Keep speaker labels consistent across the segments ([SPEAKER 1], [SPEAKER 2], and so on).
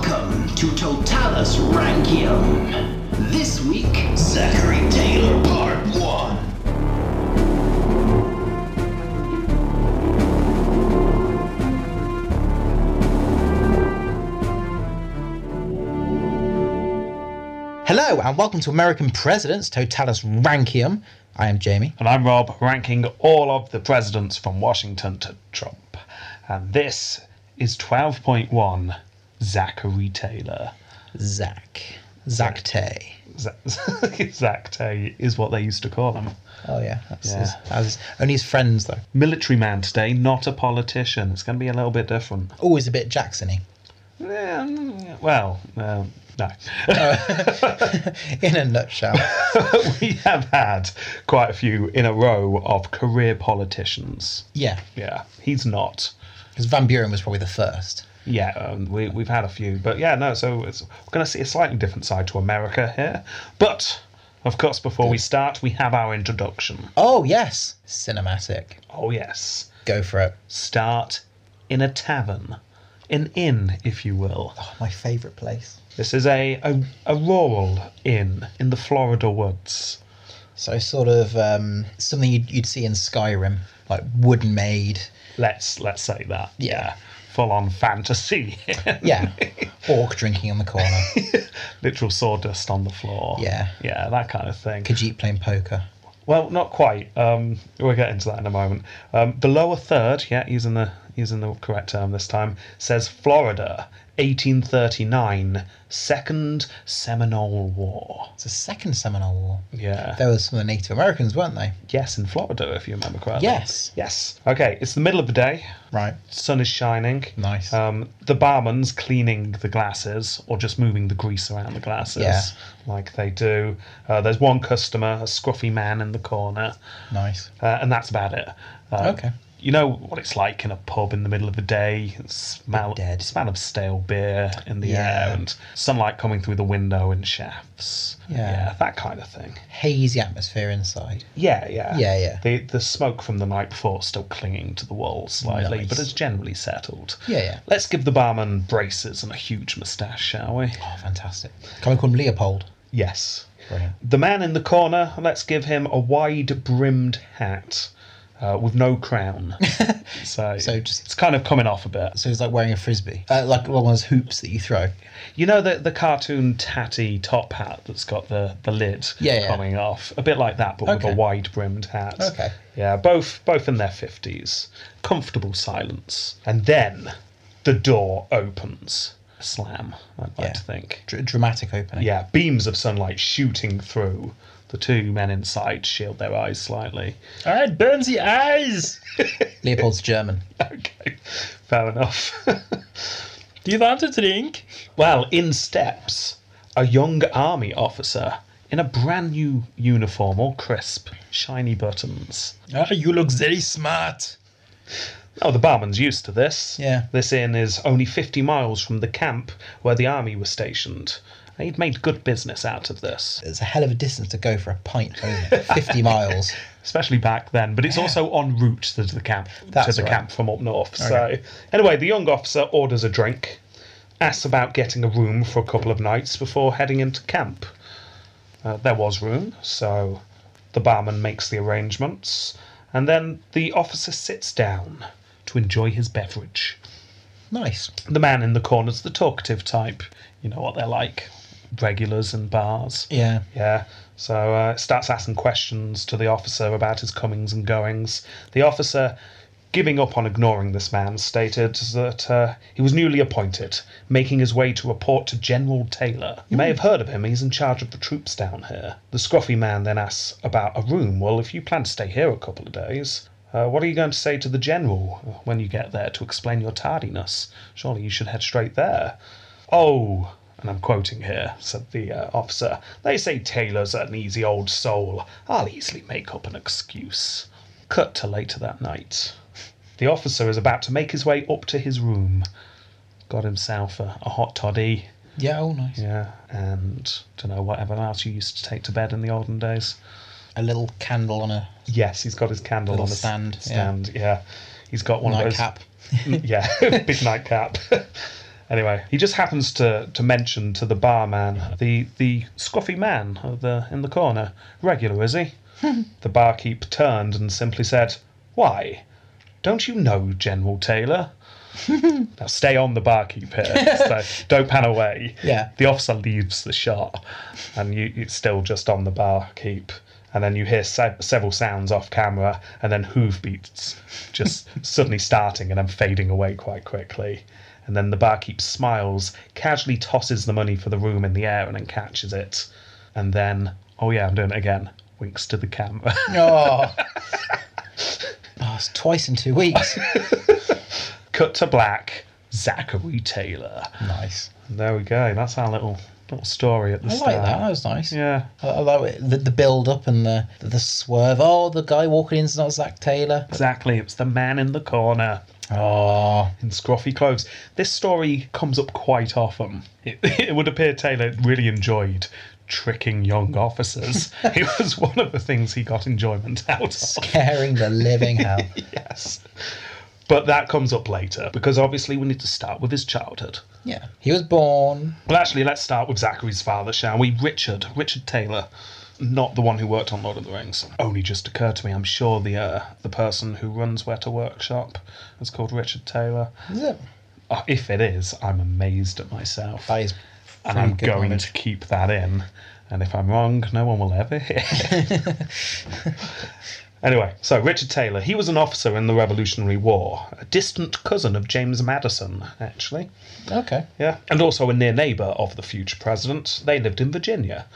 [SPEAKER 1] to Totalis Rankium. This week, Zachary Taylor Part 1.
[SPEAKER 2] Hello and welcome to American Presidents Totalis Rankium. I am Jamie.
[SPEAKER 3] And I'm Rob, ranking all of the presidents from Washington to Trump. And this is 12.1 Zachary Taylor.
[SPEAKER 2] Zach. Zach Tay.
[SPEAKER 3] Zach, Zach Tay is what they used to call him.
[SPEAKER 2] Oh yeah, that's
[SPEAKER 3] Yeah.
[SPEAKER 2] His, that was- only his friends though.
[SPEAKER 3] Military man today, not a politician. It's going to be a little bit different.
[SPEAKER 2] Always a bit Jacksony.
[SPEAKER 3] Yeah, mm, Well, um, no.
[SPEAKER 2] In a nutshell.
[SPEAKER 3] we have had quite a few in a row of career politicians.
[SPEAKER 2] yeah,
[SPEAKER 3] Yeah, he's not.
[SPEAKER 2] because Van Buren was probably the first.
[SPEAKER 3] Yeah, um, we, we've had a few, but yeah, no. So it's, we're going to see a slightly different side to America here. But of course, before we start, we have our introduction.
[SPEAKER 2] Oh yes, cinematic.
[SPEAKER 3] Oh yes,
[SPEAKER 2] Go for it.
[SPEAKER 3] start in a tavern, an inn, if you will.
[SPEAKER 2] Oh, my favourite place.
[SPEAKER 3] This is a a, a rural inn in the Florida woods.
[SPEAKER 2] So sort of um, something you'd, you'd see in Skyrim, like wooden made.
[SPEAKER 3] Let's let's say that.
[SPEAKER 2] Yeah.
[SPEAKER 3] full on fantasy,
[SPEAKER 2] Yeah, orc drinking on the corner.
[SPEAKER 3] literal sawdust on the floor.
[SPEAKER 2] Yeah.
[SPEAKER 3] yeah, that kind of thing.
[SPEAKER 2] Khajiit playing poker.
[SPEAKER 3] Well, not quite. Um, we'll get into that in a moment. Um, below a third, yeah, using the using the correct term this time, says Florida, 1839, Second Seminole War.
[SPEAKER 2] It's the second Seminole War.
[SPEAKER 3] Yeah.
[SPEAKER 2] There was some of the Native Americans, weren't they?
[SPEAKER 3] Yes, in Florida, if you remember correctly.
[SPEAKER 2] Yes.
[SPEAKER 3] Yes. Okay, it's the middle of the day.
[SPEAKER 2] Right.
[SPEAKER 3] Sun is shining.
[SPEAKER 2] Nice.
[SPEAKER 3] Um, the barman's cleaning the glasses or just moving the grease around the glasses
[SPEAKER 2] Yeah.
[SPEAKER 3] like they do. Uh, there's one customer, a scruffy man in the corner.
[SPEAKER 2] Nice.
[SPEAKER 3] uh, and that's about it. Uh,
[SPEAKER 2] Okay.
[SPEAKER 3] You know what it's like in a pub in the middle of the day, smell
[SPEAKER 2] Dead.
[SPEAKER 3] smell of stale beer in the
[SPEAKER 2] Yeah.
[SPEAKER 3] air and sunlight coming through the window in shafts.
[SPEAKER 2] Yeah.
[SPEAKER 3] that kind of thing.
[SPEAKER 2] Hazy atmosphere inside.
[SPEAKER 3] Yeah, yeah.
[SPEAKER 2] Yeah, yeah.
[SPEAKER 3] The the smoke from the night before still clinging to the walls slightly,
[SPEAKER 2] Nice.
[SPEAKER 3] but it's generally settled.
[SPEAKER 2] Yeah, yeah.
[SPEAKER 3] Let's give the barman braces and a huge moustache, shall we?
[SPEAKER 2] Oh, fantastic. Can we call him Leopold?
[SPEAKER 3] Yes.
[SPEAKER 2] Brilliant.
[SPEAKER 3] The man in the corner, let's give him a wide brimmed hat uh, with no crown. so,
[SPEAKER 2] So just-
[SPEAKER 3] it's kind of coming off a bit.
[SPEAKER 2] So he's like wearing a frisbee, uh, like one of those hoops that you throw.
[SPEAKER 3] You know the, the cartoon tatty top hat that's got the, the lid
[SPEAKER 2] Yeah, yeah.
[SPEAKER 3] coming off? A bit like that, but
[SPEAKER 2] Okay.
[SPEAKER 3] with a wide brimmed hat.
[SPEAKER 2] Okay.
[SPEAKER 3] Yeah, both both in their 50s. Comfortable silence. And then the door opens. Slam, I'd like
[SPEAKER 2] Yeah.
[SPEAKER 3] to think.
[SPEAKER 2] Dr- dramatic opening.
[SPEAKER 3] Yeah, beams of sunlight shooting through. The two men inside shield their eyes slightly.
[SPEAKER 2] Ah, it burns the eyes. Leopold's German.
[SPEAKER 3] Okay, fair enough.
[SPEAKER 2] Do you want to drink?
[SPEAKER 3] well, in steps a young army officer in a brand new uniform, all crisp, shiny buttons.
[SPEAKER 2] Ah, you look very smart.
[SPEAKER 3] Oh, the barman's used to this.
[SPEAKER 2] Yeah.
[SPEAKER 3] This inn is only 50 miles from the camp where the army was stationed. And He'd made good business out of this,
[SPEAKER 2] It's a hell of a distance to go for a pint, though, isn't it? 50 miles.
[SPEAKER 3] especially back then. But it's also en route to the camp, to
[SPEAKER 2] That's
[SPEAKER 3] the
[SPEAKER 2] right.
[SPEAKER 3] camp from up north.
[SPEAKER 2] Okay.
[SPEAKER 3] So anyway, the young officer orders a drink, asks about getting a room for a couple of nights before heading into camp. Uh, there was room, so the barman makes the arrangements, and then the officer sits down to enjoy his beverage.
[SPEAKER 2] Nice.
[SPEAKER 3] The man in the corner's the talkative type. You know what they're like, regulars in bars.
[SPEAKER 2] Yeah.
[SPEAKER 3] Yeah. So uh, starts asking questions to the officer about his comings and goings. The officer, giving up on ignoring this man, stated that uh, he was newly appointed, making his way to report to General Taylor. You may have heard of him. He's in charge of the troops down here. The scruffy man then asks about a room. Well, if you plan to stay here a couple of days. Uh, what are you going to say to the general when you get there to explain your tardiness? Surely you should head straight there. Oh, and I'm quoting here, said the uh, officer. They say Taylor's an easy old soul. I'll easily make up an excuse. Cut to later that night. The officer is about to make his way up to his room. Got himself a, a hot toddy.
[SPEAKER 2] Yeah, oh, nice.
[SPEAKER 3] Yeah, and don't know whatever else you used to take to bed in the olden days.
[SPEAKER 2] A little candle on a
[SPEAKER 3] Yes, he's got his candle
[SPEAKER 2] Little
[SPEAKER 3] on the
[SPEAKER 2] stand, yeah.
[SPEAKER 3] Stand, yeah. He's got one of those
[SPEAKER 2] nightcap.
[SPEAKER 3] yeah, big nightcap. Anyway, he just happens to, to mention to the barman, the the scruffy man of the in the corner. Regular, is he? the barkeep turned and simply said, Why? Don't you know General Taylor? now stay on the barkeep here. so don't pan away.
[SPEAKER 2] Yeah.
[SPEAKER 3] The officer leaves the shot, and you, it's still just on the barkeep. And then you hear se- several sounds off camera, and then hoof beats just suddenly starting and then fading away quite quickly. And then the barkeep smiles, casually tosses the money for the room in the air, and then catches it. And then, oh yeah, I'm doing it again. Winks to the camera.
[SPEAKER 2] Oh. Oh, it's twice in two weeks.
[SPEAKER 3] Cut to black. Zachary Taylor.
[SPEAKER 2] nice.
[SPEAKER 3] And there we go. That's our little little story at the
[SPEAKER 2] I
[SPEAKER 3] start.
[SPEAKER 2] like that. That was nice.
[SPEAKER 3] Yeah.
[SPEAKER 2] I, I like it- the, the build up and the the swerve. Oh, the guy walking in's not Zach Taylor.
[SPEAKER 3] Exactly. It's the man in the corner
[SPEAKER 2] Oh,
[SPEAKER 3] in scruffy clothes. This story comes up quite often. It, it would appear Taylor really enjoyed tricking young officers. it was one of the things he got enjoyment out of.
[SPEAKER 2] caring the living hell.
[SPEAKER 3] Yes. But that comes up later because obviously we need to start with his childhood.
[SPEAKER 2] Yeah, he was born.
[SPEAKER 3] Well, actually, let's start with Zachary's father, shall we? Richard, Richard Taylor, not the one who worked on Lord of the Rings. Only just occurred to me. I'm sure the uh, the person who runs Weta Workshop is called Richard Taylor.
[SPEAKER 2] Is it?
[SPEAKER 3] Uh, if it is, I'm amazed at myself,
[SPEAKER 2] That is
[SPEAKER 3] and I'm
[SPEAKER 2] pretty good
[SPEAKER 3] going
[SPEAKER 2] knowledge.
[SPEAKER 3] to keep that in. And if I'm wrong, no one will ever hear. Anyway, so Richard Taylor, he was an officer in the Revolutionary War, a distant cousin of James Madison, actually.
[SPEAKER 2] Okay.
[SPEAKER 3] Yeah. And also a near neighbour of the future president. They lived in Virginia.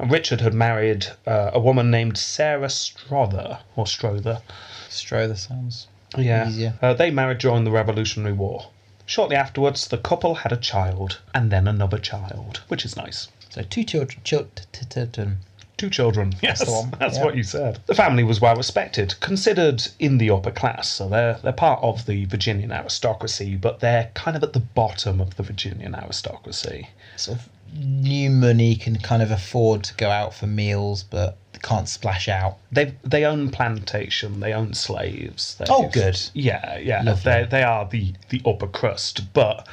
[SPEAKER 3] And Richard had married uh, a woman named Sarah Strother, or Strother.
[SPEAKER 2] Stroh the sounds.
[SPEAKER 3] Yeah.
[SPEAKER 2] Easier.
[SPEAKER 3] Uh, they married during the Revolutionary War. Shortly afterwards, the couple had a child, and then another child, which is nice.
[SPEAKER 2] So two children. Chil- t- t- t- um, t-
[SPEAKER 3] Two children. Yes,
[SPEAKER 2] the one,
[SPEAKER 3] that's
[SPEAKER 2] yeah.
[SPEAKER 3] what you said. The family was well respected, considered in the upper class, so they're they're part of the Virginian aristocracy, but they're kind of at the bottom of the Virginian aristocracy.
[SPEAKER 2] sort of new money can kind of afford to go out for meals, but can't splash out.
[SPEAKER 3] They they own plantation. They own slaves. They,
[SPEAKER 2] Oh, good.
[SPEAKER 3] Yeah, yeah.
[SPEAKER 2] Lovely.
[SPEAKER 3] They they are the the upper crust, but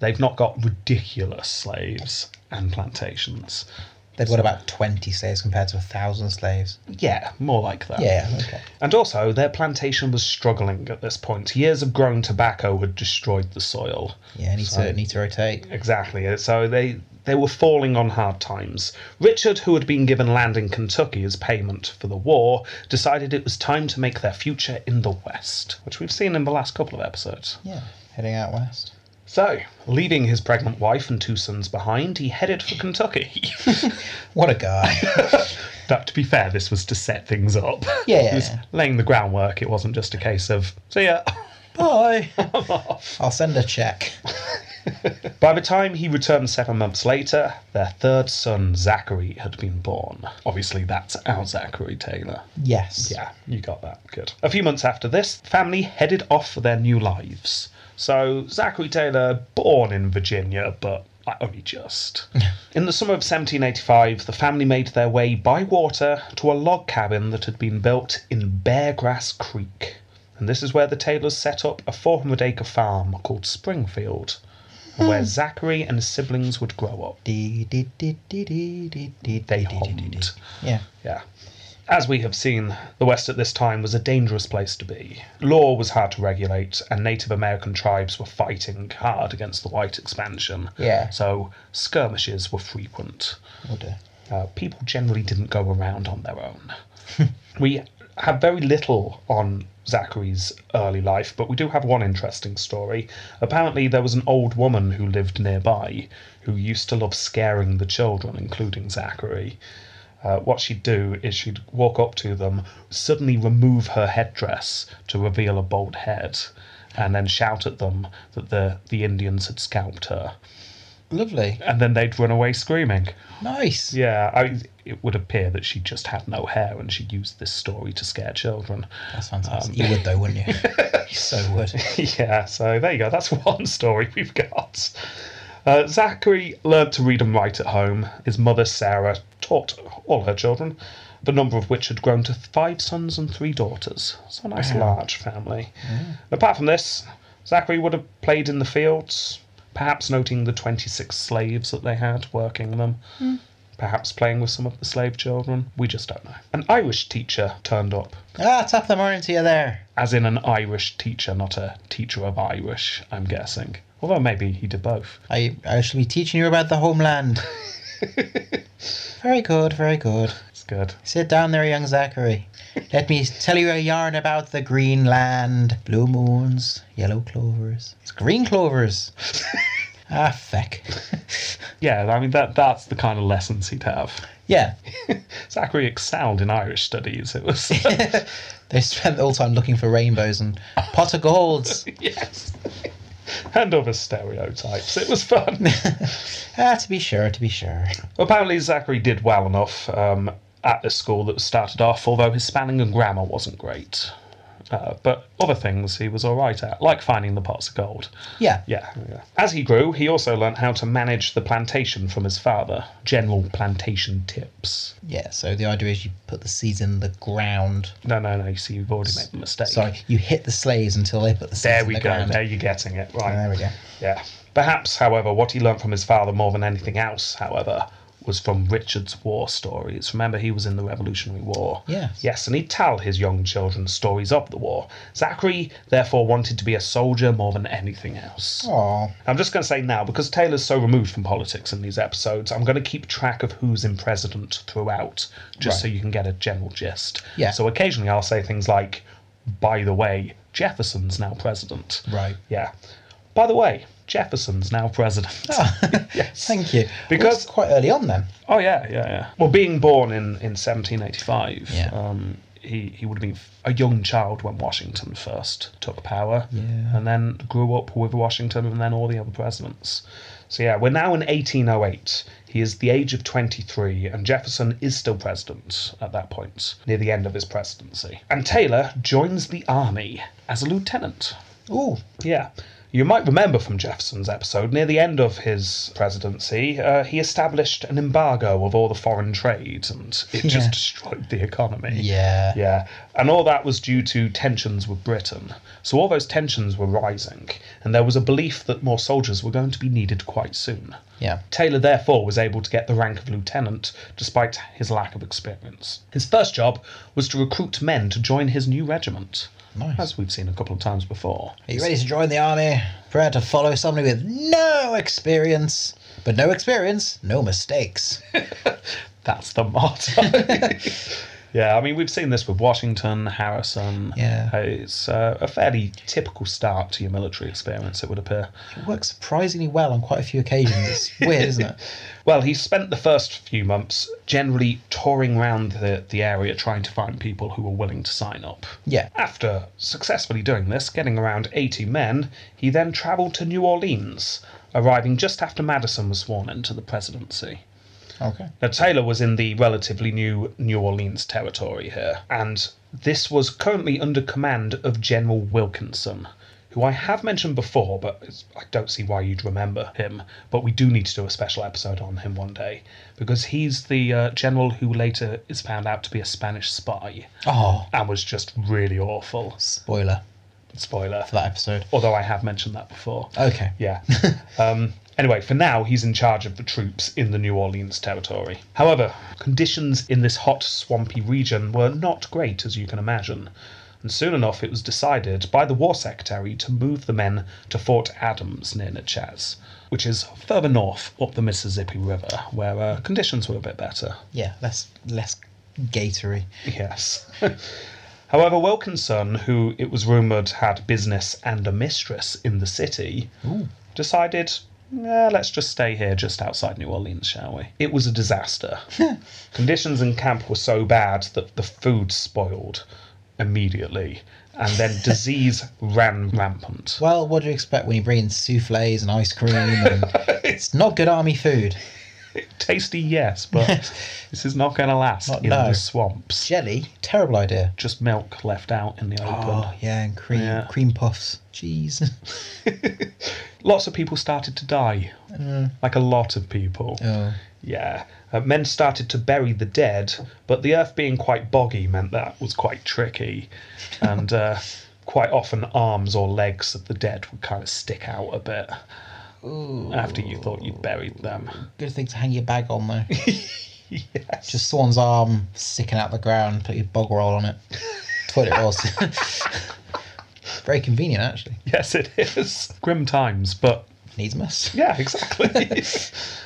[SPEAKER 3] they've not got ridiculous slaves and plantations.
[SPEAKER 2] They've got about twenty slaves compared to a thousand slaves.
[SPEAKER 3] Yeah, more like that.
[SPEAKER 2] Yeah. Okay.
[SPEAKER 3] And also, their plantation was struggling at this point. Years of growing tobacco had destroyed the soil.
[SPEAKER 2] Yeah. Need
[SPEAKER 3] So-
[SPEAKER 2] to need to rotate.
[SPEAKER 3] Exactly. Uh, So they they were falling on hard times. Richard, who had been given land in Kentucky as payment for the war, decided it was time to make their future in the West, which we've seen in the last couple of episodes.
[SPEAKER 2] Yeah. Heading out west.
[SPEAKER 3] So, leaving his pregnant wife and two sons behind, he headed for Kentucky.
[SPEAKER 2] What a guy.
[SPEAKER 3] that, to be fair, this was to set things up.
[SPEAKER 2] Yeah.
[SPEAKER 3] He was laying the groundwork. It wasn't just a case of see ya.
[SPEAKER 2] Bye. I'll send a check.
[SPEAKER 3] By the time he returned seven months later, their third son, Zachary, had been born. Obviously, that's our Zachary Taylor.
[SPEAKER 2] Yes.
[SPEAKER 3] Yeah, you got that. Good. A few months after this, the family headed off for their new lives. So, Zachary Taylor, born in Virginia, but like, only just. in the summer of 1785, the family made their way by water to a log cabin that had been built in Beargrass Creek. And this is where the Taylors set up a 400 acre farm called Springfield, where Zachary and his siblings would grow up.
[SPEAKER 2] Dee, dee, dee, dee, dee, dee, dee,
[SPEAKER 3] They
[SPEAKER 2] dee, dee, dee, dee.
[SPEAKER 3] homed.
[SPEAKER 2] Yeah.
[SPEAKER 3] Yeah. As we have seen, the West at this time was a dangerous place to be. Law was hard to regulate, and Native American tribes were fighting hard against the white expansion.
[SPEAKER 2] Yeah.
[SPEAKER 3] So skirmishes were frequent.
[SPEAKER 2] We'll do.
[SPEAKER 3] Uh, people generally didn't go around on their own. we have very little on Zachary's early life, but we do have one interesting story. Apparently, there was an old woman who lived nearby who used to love scaring the children, including Zachary. Uh, what she'd do is she'd walk up to them, suddenly remove her headdress to reveal a bald head, and then shout at them that the, the Indians had scalped her.
[SPEAKER 2] Lovely.
[SPEAKER 3] And then they'd run away screaming.
[SPEAKER 2] Nice.
[SPEAKER 3] Yeah, I, it would appear that she just had no hair and she used this story to scare children.
[SPEAKER 2] That's fantastic. you would though, wouldn't you? you so would.
[SPEAKER 3] yeah, so there you go. That's one story we've got. Uh, Zachary learned to read and write at home. His mother, Sarah, taught all her children, the number of which had grown to five sons and three daughters. So a nice large family. Apart from this, Zachary would have played in the fields, perhaps noting the 26 slaves that they had working them, perhaps playing with some of the slave children. We just don't know. An Irish teacher turned up,
[SPEAKER 2] Ah, tap them aren't you there?
[SPEAKER 3] as in an Irish teacher, not a teacher of Irish, I'm guessing. Although maybe he did both.
[SPEAKER 2] I, I shall be teaching you about the homeland. very good, very good.
[SPEAKER 3] It's good.
[SPEAKER 2] Sit down there, young Zachary. Let me tell you a yarn about the green land. Blue moons, yellow clovers. It's green clovers. ah, feck.
[SPEAKER 3] Yeah, I mean, that that's the kind of lessons he'd have.
[SPEAKER 2] yeah,
[SPEAKER 3] Zachary excelled in Irish studies. It was.
[SPEAKER 2] they spent all time looking for rainbows and pot of golds.
[SPEAKER 3] yes. And other stereotypes. It was fun.
[SPEAKER 2] ah, to be sure, to be sure.
[SPEAKER 3] Apparently, Zachary did well enough um, at this school that was started off, although his spelling and grammar wasn't great. Uh, but other things he was all right at, like finding the pots of gold.
[SPEAKER 2] Yeah.
[SPEAKER 3] Yeah, yeah. As he grew, he also learnt how to manage the plantation from his father. General plantation tips.
[SPEAKER 2] Yeah, so the idea is you put the seeds in the ground.
[SPEAKER 3] No, no, no. You see, you've already made the mistake.
[SPEAKER 2] Sorry, you hit the slaves until they put the seeds
[SPEAKER 3] There
[SPEAKER 2] in
[SPEAKER 3] we
[SPEAKER 2] the
[SPEAKER 3] go.
[SPEAKER 2] ground.
[SPEAKER 3] There you're getting it right.
[SPEAKER 2] There we go.
[SPEAKER 3] Yeah. Perhaps, however, what he learnt from his father more than anything else, however, was from Richard's war stories. Remember, he was in the Revolutionary War.
[SPEAKER 2] Yes.
[SPEAKER 3] Yes, and he'd tell his young children stories of the war. Zachary, therefore, wanted to be a soldier more than anything else.
[SPEAKER 2] Aw.
[SPEAKER 3] I'm just going to say now, because Taylor's so removed from politics in these episodes, I'm going to keep track of who's in president throughout, just
[SPEAKER 2] Right.
[SPEAKER 3] so you can get a general gist.
[SPEAKER 2] Yeah.
[SPEAKER 3] So occasionally I'll say things like, by the way, Jefferson's now president.
[SPEAKER 2] Right.
[SPEAKER 3] Yeah. By the way, Jefferson's now president. yes.
[SPEAKER 2] Ah, Thank you.
[SPEAKER 3] Because-
[SPEAKER 2] Well, it's quite early on then.
[SPEAKER 3] Oh yeah, yeah, yeah. Well, being born in in 1785,
[SPEAKER 2] Yeah.
[SPEAKER 3] um, he he would have been a young child when Washington first took power.
[SPEAKER 2] Yeah.
[SPEAKER 3] And then grew up with Washington and then all the other presidents. So yeah, we're now in 1808. He is the age of 23, and Jefferson is still president at that point, near the end of his presidency. And Taylor joins the army as a lieutenant.
[SPEAKER 2] Ooh,
[SPEAKER 3] Yeah. You might remember from Jefferson's episode, near the end of his presidency, uh, he established an embargo of all the foreign trade and it just
[SPEAKER 2] Yeah.
[SPEAKER 3] destroyed the economy.
[SPEAKER 2] yeah.
[SPEAKER 3] Yeah. And all that was due to tensions with Britain. So all those tensions were rising, and there was a belief that more soldiers were going to be needed quite soon.
[SPEAKER 2] Yeah.
[SPEAKER 3] Taylor therefore was able to get the rank of lieutenant despite his lack of experience. His first job was to recruit men to join his new regiment.
[SPEAKER 2] Nice.
[SPEAKER 3] As we've seen a couple of times before.
[SPEAKER 2] Are you ready to join the army? Prepare to follow somebody with no experience. But no experience, no mistakes.
[SPEAKER 3] That's the motto. yeah, I mean, we've seen this with Washington, Harrison.
[SPEAKER 2] Yeah.
[SPEAKER 3] Uh, It's uh, a fairly typical start to your military experience, it would appear.
[SPEAKER 2] It works surprisingly well on quite a few occasions. It's weird, isn't it?
[SPEAKER 3] Well, he spent the first few months generally touring around the, the area trying to find people who were willing to sign up.
[SPEAKER 2] Yeah.
[SPEAKER 3] After successfully doing this, getting around 80 men, he then travelled to New Orleans, arriving just after Madison was sworn into the presidency.
[SPEAKER 2] Okay.
[SPEAKER 3] Now, Taylor was in the relatively new New Orleans territory here, and this was currently under command of General Wilkinson, who I have mentioned before, but it's- I don't see why you'd remember him. But we do need to do a special episode on him one day, because he's the uh, general who later is found out to be a Spanish spy
[SPEAKER 2] Oh,
[SPEAKER 3] and was just really awful.
[SPEAKER 2] spoiler
[SPEAKER 3] Spoiler.
[SPEAKER 2] for that episode.
[SPEAKER 3] Although I have mentioned that before.
[SPEAKER 2] Okay.
[SPEAKER 3] Yeah. um, anyway, for now, he's in charge of the troops in the New Orleans territory. However, conditions in this hot, swampy region were not great, as you can imagine. And soon enough, it was decided by the War Secretary to move the men to Fort Adams near Natchez, which is further north up the Mississippi River, where uh, conditions were a bit better.
[SPEAKER 2] Yeah, less less gatery.
[SPEAKER 3] Yes. However, Wilkinson, who it was rumoured had business and a mistress in the city, decided, "Nah, let's just stay here just outside New Orleans, shall we? It was a disaster. Conditions in camp were so bad that the food spoiled immediately, and then disease ran rampant.
[SPEAKER 2] Well, what do you expect when you bring in souffles and ice cream? And it's not good army food.
[SPEAKER 3] Tasty, yes, but this is not going to last
[SPEAKER 2] Not
[SPEAKER 3] in
[SPEAKER 2] no.
[SPEAKER 3] the swamps.
[SPEAKER 2] Jelly, terrible idea.
[SPEAKER 3] Just milk left out in the open.
[SPEAKER 2] Oh yeah, and cream
[SPEAKER 3] Yeah.
[SPEAKER 2] cream puffs. Jeez.
[SPEAKER 3] lots of people started to die. Like a lot of people.
[SPEAKER 2] oh.
[SPEAKER 3] Yeah. Uh, men started to bury the dead, but the earth being quite boggy meant that was quite tricky. And uh, quite often, arms or legs of the dead would kind of stick out a bit.
[SPEAKER 2] Ooh,
[SPEAKER 3] after you thought you'd buried them.
[SPEAKER 2] good thing to hang your bag on though.
[SPEAKER 3] Yes.
[SPEAKER 2] Just someone's arm sticking out the ground, put your bog roll on it. Toilet rolls. Very convenient actually.
[SPEAKER 3] Yes, it is. Grim times, but
[SPEAKER 2] Needs must.
[SPEAKER 3] yeah, exactly.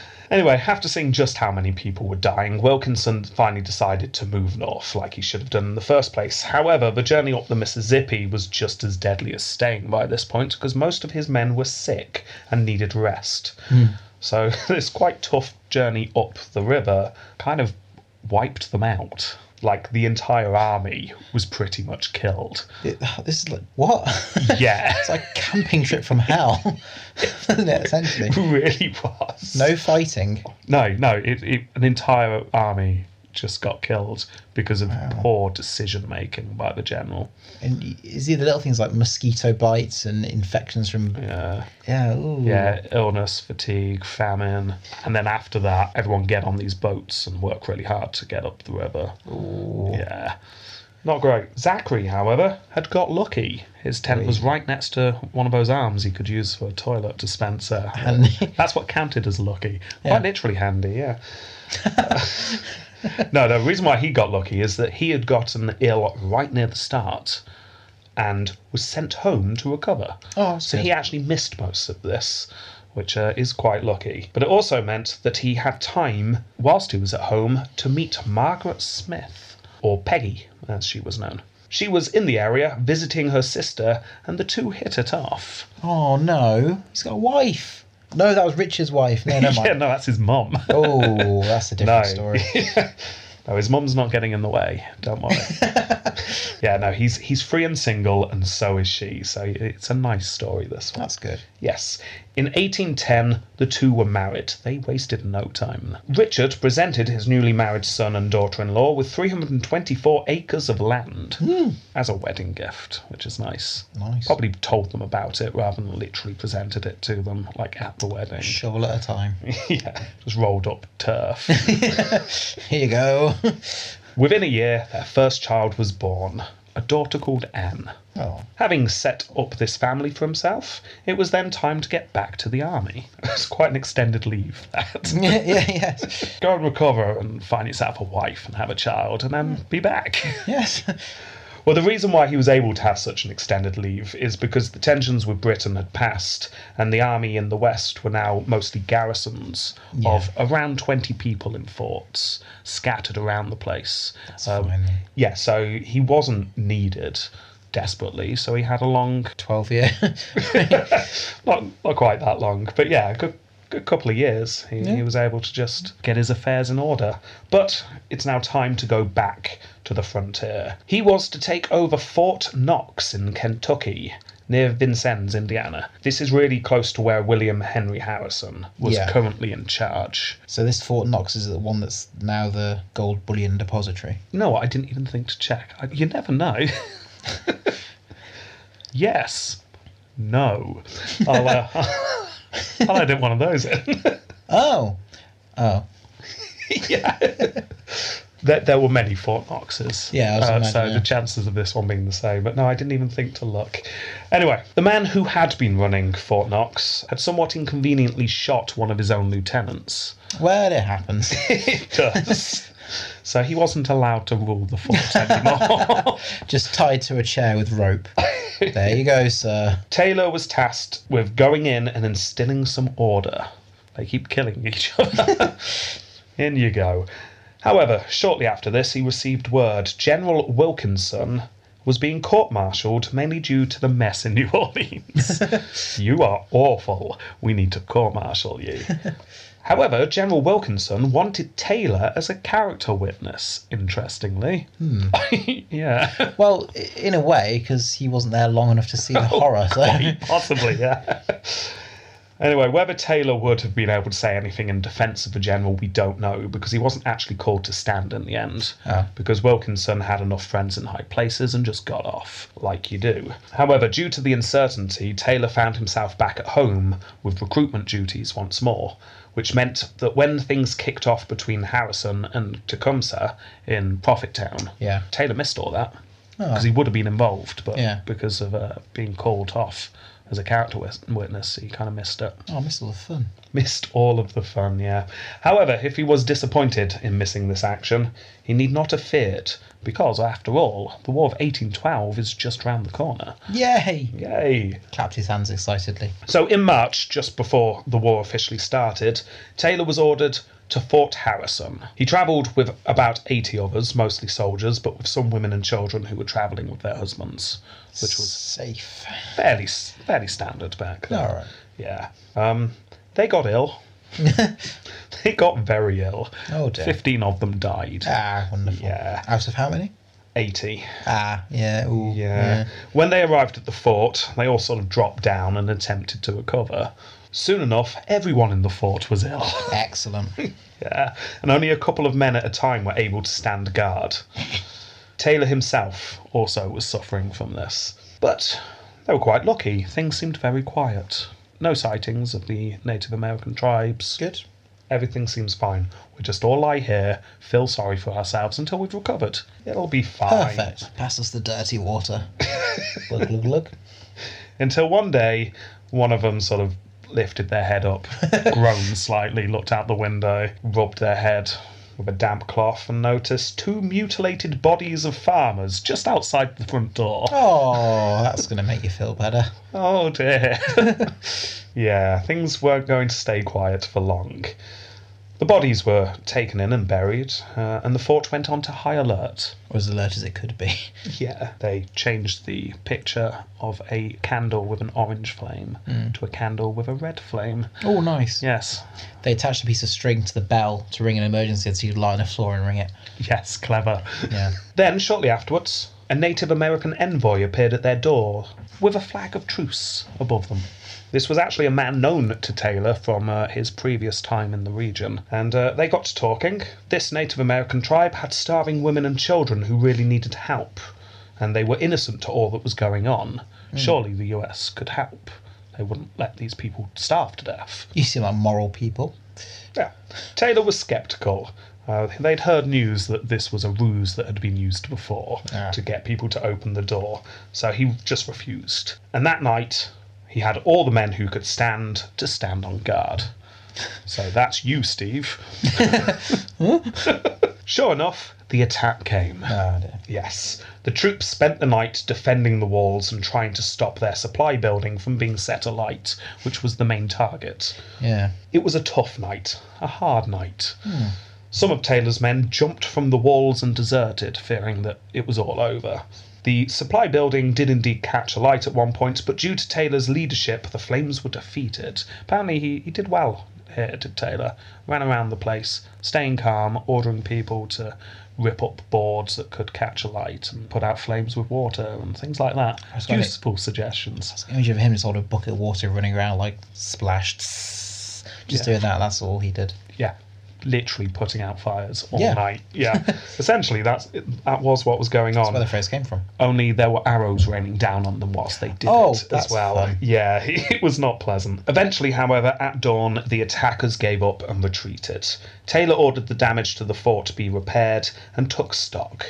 [SPEAKER 3] anyway, after seeing just how many people were dying, Wilkinson finally decided to move north, like he should have done in the first place. However, the journey up the Mississippi was just as deadly as staying by this point, because most of his men were sick and needed rest. So this quite tough journey up the river kind of wiped them out. Like the entire army was pretty much killed.
[SPEAKER 2] It- oh, This is like what?
[SPEAKER 3] Yeah,
[SPEAKER 2] it's like a camping trip from hell, isn't it? Essentially,
[SPEAKER 3] really was.
[SPEAKER 2] no fighting.
[SPEAKER 3] No, no, it, it, an entire army just got killed because of poor decision making by the general.
[SPEAKER 2] And y- you see the little things like mosquito bites and infections from
[SPEAKER 3] Yeah,
[SPEAKER 2] yeah, ooh.
[SPEAKER 3] yeah, illness, fatigue, famine, and then after that, everyone get on these boats and work really hard to get up the river. Yeah, not great. Zachary, however, had got lucky. His tent was right next to one of those arms he could use for a toilet dispenser.
[SPEAKER 2] Handy.
[SPEAKER 3] That's what counted as lucky.
[SPEAKER 2] Yeah.
[SPEAKER 3] Quite literally handy, yeah. no, no, the reason why he got lucky is that he had gotten ill right near the start and was sent home to recover.
[SPEAKER 2] Oh, that's
[SPEAKER 3] so he
[SPEAKER 2] good.
[SPEAKER 3] actually missed most of this, which uh, is quite lucky. But it also meant that he had time, whilst he was at home, to meet Margaret Smith, or Peggy, as she was known. She was in the area visiting her sister, and the two hit it off.
[SPEAKER 2] Oh no, he's got a wife. No, that was Richard's wife. No, Oh, never
[SPEAKER 3] Yeah,
[SPEAKER 2] mind.
[SPEAKER 3] no, that's his mum.
[SPEAKER 2] Oh, that's a
[SPEAKER 3] No.
[SPEAKER 2] different story.
[SPEAKER 3] no, his mum's not getting in the way. Don't worry. yeah, no, he's he's free and single, and so is she. So it's a nice story. This one.
[SPEAKER 2] That's good.
[SPEAKER 3] Yes. In 1810, the two were married. They wasted no time. Richard presented his newly married son and daughter in law with 324 acres of land as a wedding gift, which is nice.
[SPEAKER 2] Nice.
[SPEAKER 3] Probably told them about it rather than literally presented it to them, like at the wedding.
[SPEAKER 2] Shovel at a time.
[SPEAKER 3] yeah, just rolled up turf.
[SPEAKER 2] Here you go.
[SPEAKER 3] Within a year, their first child was born, a daughter called Anne.
[SPEAKER 2] Oh,
[SPEAKER 3] Having set up this family for himself, it was then time to get back to the army. It's quite an extended leave, that.
[SPEAKER 2] yeah, yeah, yes.
[SPEAKER 3] Go and recover and find yourself a wife and have a child and then be back.
[SPEAKER 2] Yes.
[SPEAKER 3] Well, the reason why he was able to have such an extended leave is because the tensions with Britain had passed and the army in the West were now mostly garrisons of around 20 people in forts scattered around the place. Um,
[SPEAKER 2] fine then.
[SPEAKER 3] Yeah, so he wasn't needed desperately, so he had a long,
[SPEAKER 2] 12 year.
[SPEAKER 3] not, not quite that long, but yeah, a good, good couple of years. He, he was able to just get his affairs in order. But it's now time to go back to the frontier. He was to take over Fort Knox in Kentucky. Near Vincennes, Indiana. This is really close to where William Henry Harrison was
[SPEAKER 2] Yeah.
[SPEAKER 3] currently in charge.
[SPEAKER 2] so this Fort Knox is the one that's now the gold bullion depository.
[SPEAKER 3] You know what? I didn't even think to check. I, you never know. yes. No. I'll, uh, I'll edit one of those in.
[SPEAKER 2] Oh. Oh.
[SPEAKER 3] There, there were many Fort Knoxes.
[SPEAKER 2] Yeah, I was imagining,
[SPEAKER 3] so
[SPEAKER 2] yeah.
[SPEAKER 3] the chances of this one being the same. But no, I didn't even think to look. Anyway, the man who had been running Fort Knox had somewhat inconveniently shot one of his own lieutenants.
[SPEAKER 2] Well, it happens.
[SPEAKER 3] It does. so he wasn't allowed to rule the fort anymore.
[SPEAKER 2] Just tied to a chair with rope. There you go, sir.
[SPEAKER 3] Taylor was tasked with going in and instilling some order. They keep killing each other. in you go. However, shortly after this, he received word General Wilkinson was being court martialed mainly due to the mess in New Orleans. you are awful. We need to court martial you. However, General Wilkinson wanted Taylor as a character witness, interestingly. yeah.
[SPEAKER 2] Well, i- in a way, because he wasn't there long enough to see the
[SPEAKER 3] Oh,
[SPEAKER 2] horror. So.
[SPEAKER 3] Possibly, yeah. anyway, whether Taylor would have been able to say anything in defence of the general, we don't know because he wasn't actually called to stand in the end.
[SPEAKER 2] Oh.
[SPEAKER 3] Because Wilkinson had enough friends in high places and just got off, like you do. However, due to the uncertainty, Taylor found himself back at home with recruitment duties once more. Which meant that when things kicked off between Harrison and Tecumseh in Prophet Town,
[SPEAKER 2] Yeah.
[SPEAKER 3] Taylor missed all that because he would have been involved, but
[SPEAKER 2] Yeah.
[SPEAKER 3] because of uh, being called off as a character wis- witness, so you kind of missed it.
[SPEAKER 2] Oh, I missed all the fun.
[SPEAKER 3] Missed all of the fun, yeah. However, if he was disappointed in missing this action, he need not have feared, because after all, the War of 1812 is just round the corner.
[SPEAKER 2] Yay!
[SPEAKER 3] Yay!
[SPEAKER 2] Clapped his hands excitedly.
[SPEAKER 3] So in March, just before the war officially started, Taylor was ordered to Fort Harrison. He travelled with about 80 others, mostly soldiers, but with some women and children who were travelling with their husbands, which was
[SPEAKER 2] safe.
[SPEAKER 3] fairly fairly standard back then.
[SPEAKER 2] All right.
[SPEAKER 3] Yeah. Um, they got ill. they got very ill.
[SPEAKER 2] Oh, dear.
[SPEAKER 3] 15 of them died.
[SPEAKER 2] Ah, wonderful.
[SPEAKER 3] Yeah.
[SPEAKER 2] Out of how many?
[SPEAKER 3] 80.
[SPEAKER 2] Ah, yeah. Ooh,
[SPEAKER 3] Yeah. When they arrived at the fort, they all sort of dropped down and attempted to recover. Soon enough, everyone in the fort was ill.
[SPEAKER 2] Excellent.
[SPEAKER 3] yeah. And only a couple of men at a time were able to stand guard. Taylor himself also was suffering from this. But they were quite lucky. Things seemed very quiet. No sightings of the Native American tribes.
[SPEAKER 2] Good.
[SPEAKER 3] Everything seems fine. We just all lie here, feel sorry for ourselves until we've recovered. It'll be fine.
[SPEAKER 2] Perfect. Pass us the dirty water. look, look, look.
[SPEAKER 3] Until one day, one of them sort of lifted their head up, groaned slightly, looked out the window, rubbed their head with a damp cloth, and noticed two mutilated bodies of farmers just outside the front door.
[SPEAKER 2] Oh, that's going to make you feel better.
[SPEAKER 3] Oh dear. yeah, things weren't going to stay quiet for long. The bodies were taken in and buried, uh, and the fort went on to high alert.
[SPEAKER 2] Or as alert as it could be.
[SPEAKER 3] Yeah, they changed the picture of a candle with an orange flame to a candle with a red flame.
[SPEAKER 2] Oh, nice.
[SPEAKER 3] Yes,
[SPEAKER 2] They attached a piece of string to the bell to ring an emergency, so you'd lie on the floor and ring it.
[SPEAKER 3] yes, clever.
[SPEAKER 2] Yeah.
[SPEAKER 3] Then, shortly afterwards, a Native American envoy appeared at their door with a flag of truce above them. This was actually a man known to Taylor from uh, his previous time in the region, and uh, they got to talking. This Native American tribe had starving women and children who really needed help, and they were innocent to all that was going on. Surely the US could help. They wouldn't let these people starve to death.
[SPEAKER 2] You seem like moral people.
[SPEAKER 3] Yeah. Taylor was sceptical. Uh, they'd heard news that this was a ruse that had been used before
[SPEAKER 2] Ah.
[SPEAKER 3] to get people to open the door, so he just refused. And that night, he had all the men who could stand to stand on guard. So that's you, Steve. sure enough, the attack came.
[SPEAKER 2] Oh, dear.
[SPEAKER 3] Yes. The troops spent the night defending the walls and trying to stop their supply building from being set alight, which was the main target.
[SPEAKER 2] Yeah.
[SPEAKER 3] It was a tough night, a hard night. Some of Taylor's men jumped from the walls and deserted, fearing that it was all over. The supply building did indeed catch alight at one point, but due to Taylor's leadership, the flames were defeated. Apparently, he, he did well here, did Taylor. Ran around the place, staying calm, ordering people to rip up boards that could catch alight and put out flames with water and things like that.
[SPEAKER 2] That's got it.
[SPEAKER 3] Useful suggestions.
[SPEAKER 2] It's the image of him just holding a bucket of water running around like splashed. Just
[SPEAKER 3] Yeah.
[SPEAKER 2] doing that, that's all he did.
[SPEAKER 3] yeah literally putting out fires all
[SPEAKER 2] Yeah.
[SPEAKER 3] night yeah essentially that's that was what was going on
[SPEAKER 2] Where the phrase came from.
[SPEAKER 3] only there were arrows raining down on them whilst they did
[SPEAKER 2] Oh,
[SPEAKER 3] it as
[SPEAKER 2] that's
[SPEAKER 3] well
[SPEAKER 2] fun.
[SPEAKER 3] yeah it was not pleasant eventually however at dawn the attackers gave up and retreated taylor ordered the damage to the fort to be repaired and took stock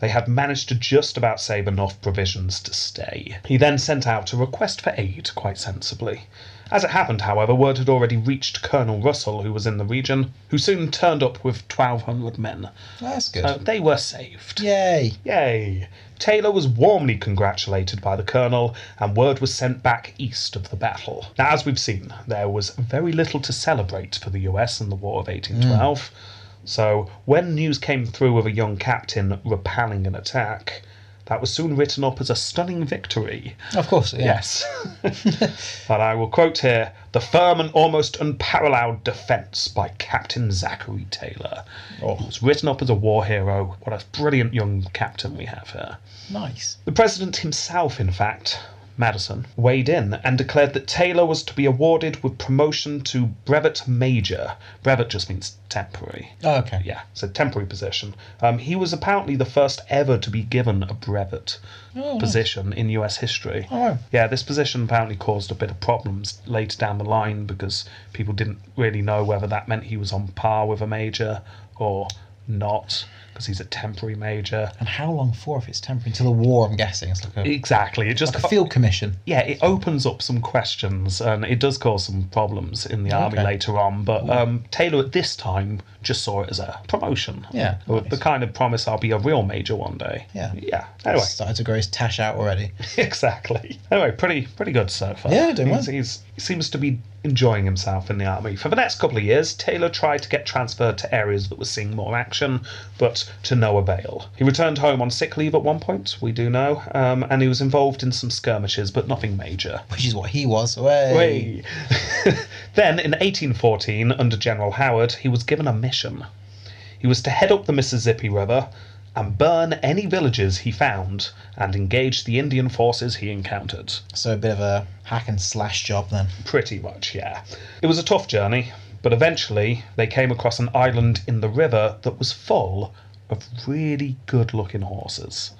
[SPEAKER 3] they had managed to just about save enough provisions to stay. He then sent out a request for aid, quite sensibly. As it happened, however, word had already reached Colonel Russell, who was in the region, who soon turned up with 1,200 men.
[SPEAKER 2] That's good.
[SPEAKER 3] Uh, they were saved.
[SPEAKER 2] Yay.
[SPEAKER 3] Yay! Taylor was warmly congratulated by the colonel, and word was sent back east of the battle. Now, as we've seen, there was very little to celebrate for the US in the War of 1812. So, when news came through of a young captain repelling an attack, that was soon written up as a stunning victory.
[SPEAKER 2] Of course, yeah.
[SPEAKER 3] Yes. and I will quote here the firm and almost unparalleled defence by Captain Zachary Taylor.
[SPEAKER 2] Oh.
[SPEAKER 3] He was written up as a war hero. What a brilliant young captain we have here.
[SPEAKER 2] Nice.
[SPEAKER 3] The president himself, in fact, Madison, weighed in and declared that Taylor was to be awarded with promotion to brevet major. Brevet just means temporary.
[SPEAKER 2] Oh, okay.
[SPEAKER 3] Yeah, it's a temporary position. Um, he was apparently the first ever to be given a brevet
[SPEAKER 2] Oh, nice.
[SPEAKER 3] position in US history.
[SPEAKER 2] Oh, wow.
[SPEAKER 3] Yeah, this position apparently caused a bit of problems later down the line because people didn't really know whether that meant he was on par with a major or not. because he's a temporary major.
[SPEAKER 2] And how long for if it's temporary? Until the war, I'm guessing. It's like a,
[SPEAKER 3] Exactly. It just
[SPEAKER 2] like a field commission.
[SPEAKER 3] yeah, it opens up some questions and it does cause some problems in the army
[SPEAKER 2] Okay.
[SPEAKER 3] later on. But um, Taylor at this time just saw it as a promotion.
[SPEAKER 2] Yeah,
[SPEAKER 3] Or
[SPEAKER 2] nice.
[SPEAKER 3] The kind of promise I'll be a real major one day.
[SPEAKER 2] Yeah.
[SPEAKER 3] Yeah. Anyway,
[SPEAKER 2] Started to grow his tash out already.
[SPEAKER 3] exactly. Anyway, pretty pretty good so far.
[SPEAKER 2] Yeah, doing well.
[SPEAKER 3] he's, he's, he seems to be enjoying himself in the army. For the next couple of years, Taylor tried to get transferred to areas that were seeing more action, but to no avail. He returned home on sick leave at one point, we do know, um, and he was involved in some skirmishes, but nothing major.
[SPEAKER 2] Which is what he was. Way.
[SPEAKER 3] Way. then, in 1814, under General Howard, he was given a mission. He was to head up the Mississippi River and burn any villages he found and engage the Indian forces he encountered.
[SPEAKER 2] So a bit of a hack and slash job then.
[SPEAKER 3] Pretty much, yeah. It was a tough journey, but eventually they came across an island in the river that was full of really good looking horses.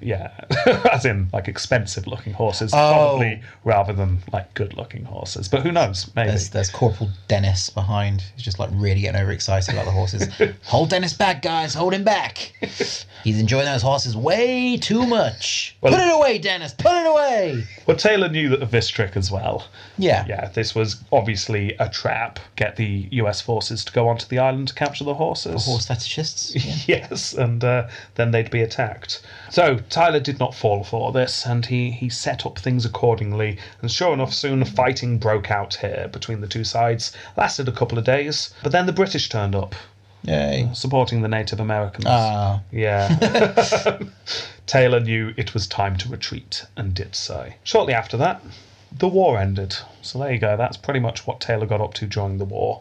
[SPEAKER 3] Yeah, as in like expensive looking horses, probably rather than like good looking horses. But who knows? Maybe.
[SPEAKER 2] There's, there's Corporal Dennis behind. He's just like really getting overexcited about the horses. hold Dennis back, guys. Hold him back. He's enjoying those horses way too much.
[SPEAKER 3] Well-
[SPEAKER 2] Put it away, Dennis. Put it away.
[SPEAKER 3] Well, Taylor knew that of this trick as well.
[SPEAKER 2] Yeah.
[SPEAKER 3] Yeah, this was obviously a trap. Get the US forces to go onto the island to capture the horses.
[SPEAKER 2] Horse fetishists. Yeah.
[SPEAKER 3] yes, and uh, then they'd be attacked. So Tyler did not fall for this, and he, he set up things accordingly. And sure enough, soon fighting broke out here between the two sides. Lasted a couple of days, but then the British turned up,
[SPEAKER 2] Yay.
[SPEAKER 3] supporting the Native Americans.
[SPEAKER 2] Ah.
[SPEAKER 3] Yeah. Taylor knew it was time to retreat and did so. Shortly after that, the war ended. So there you go. That's pretty much what Taylor got up to during the war.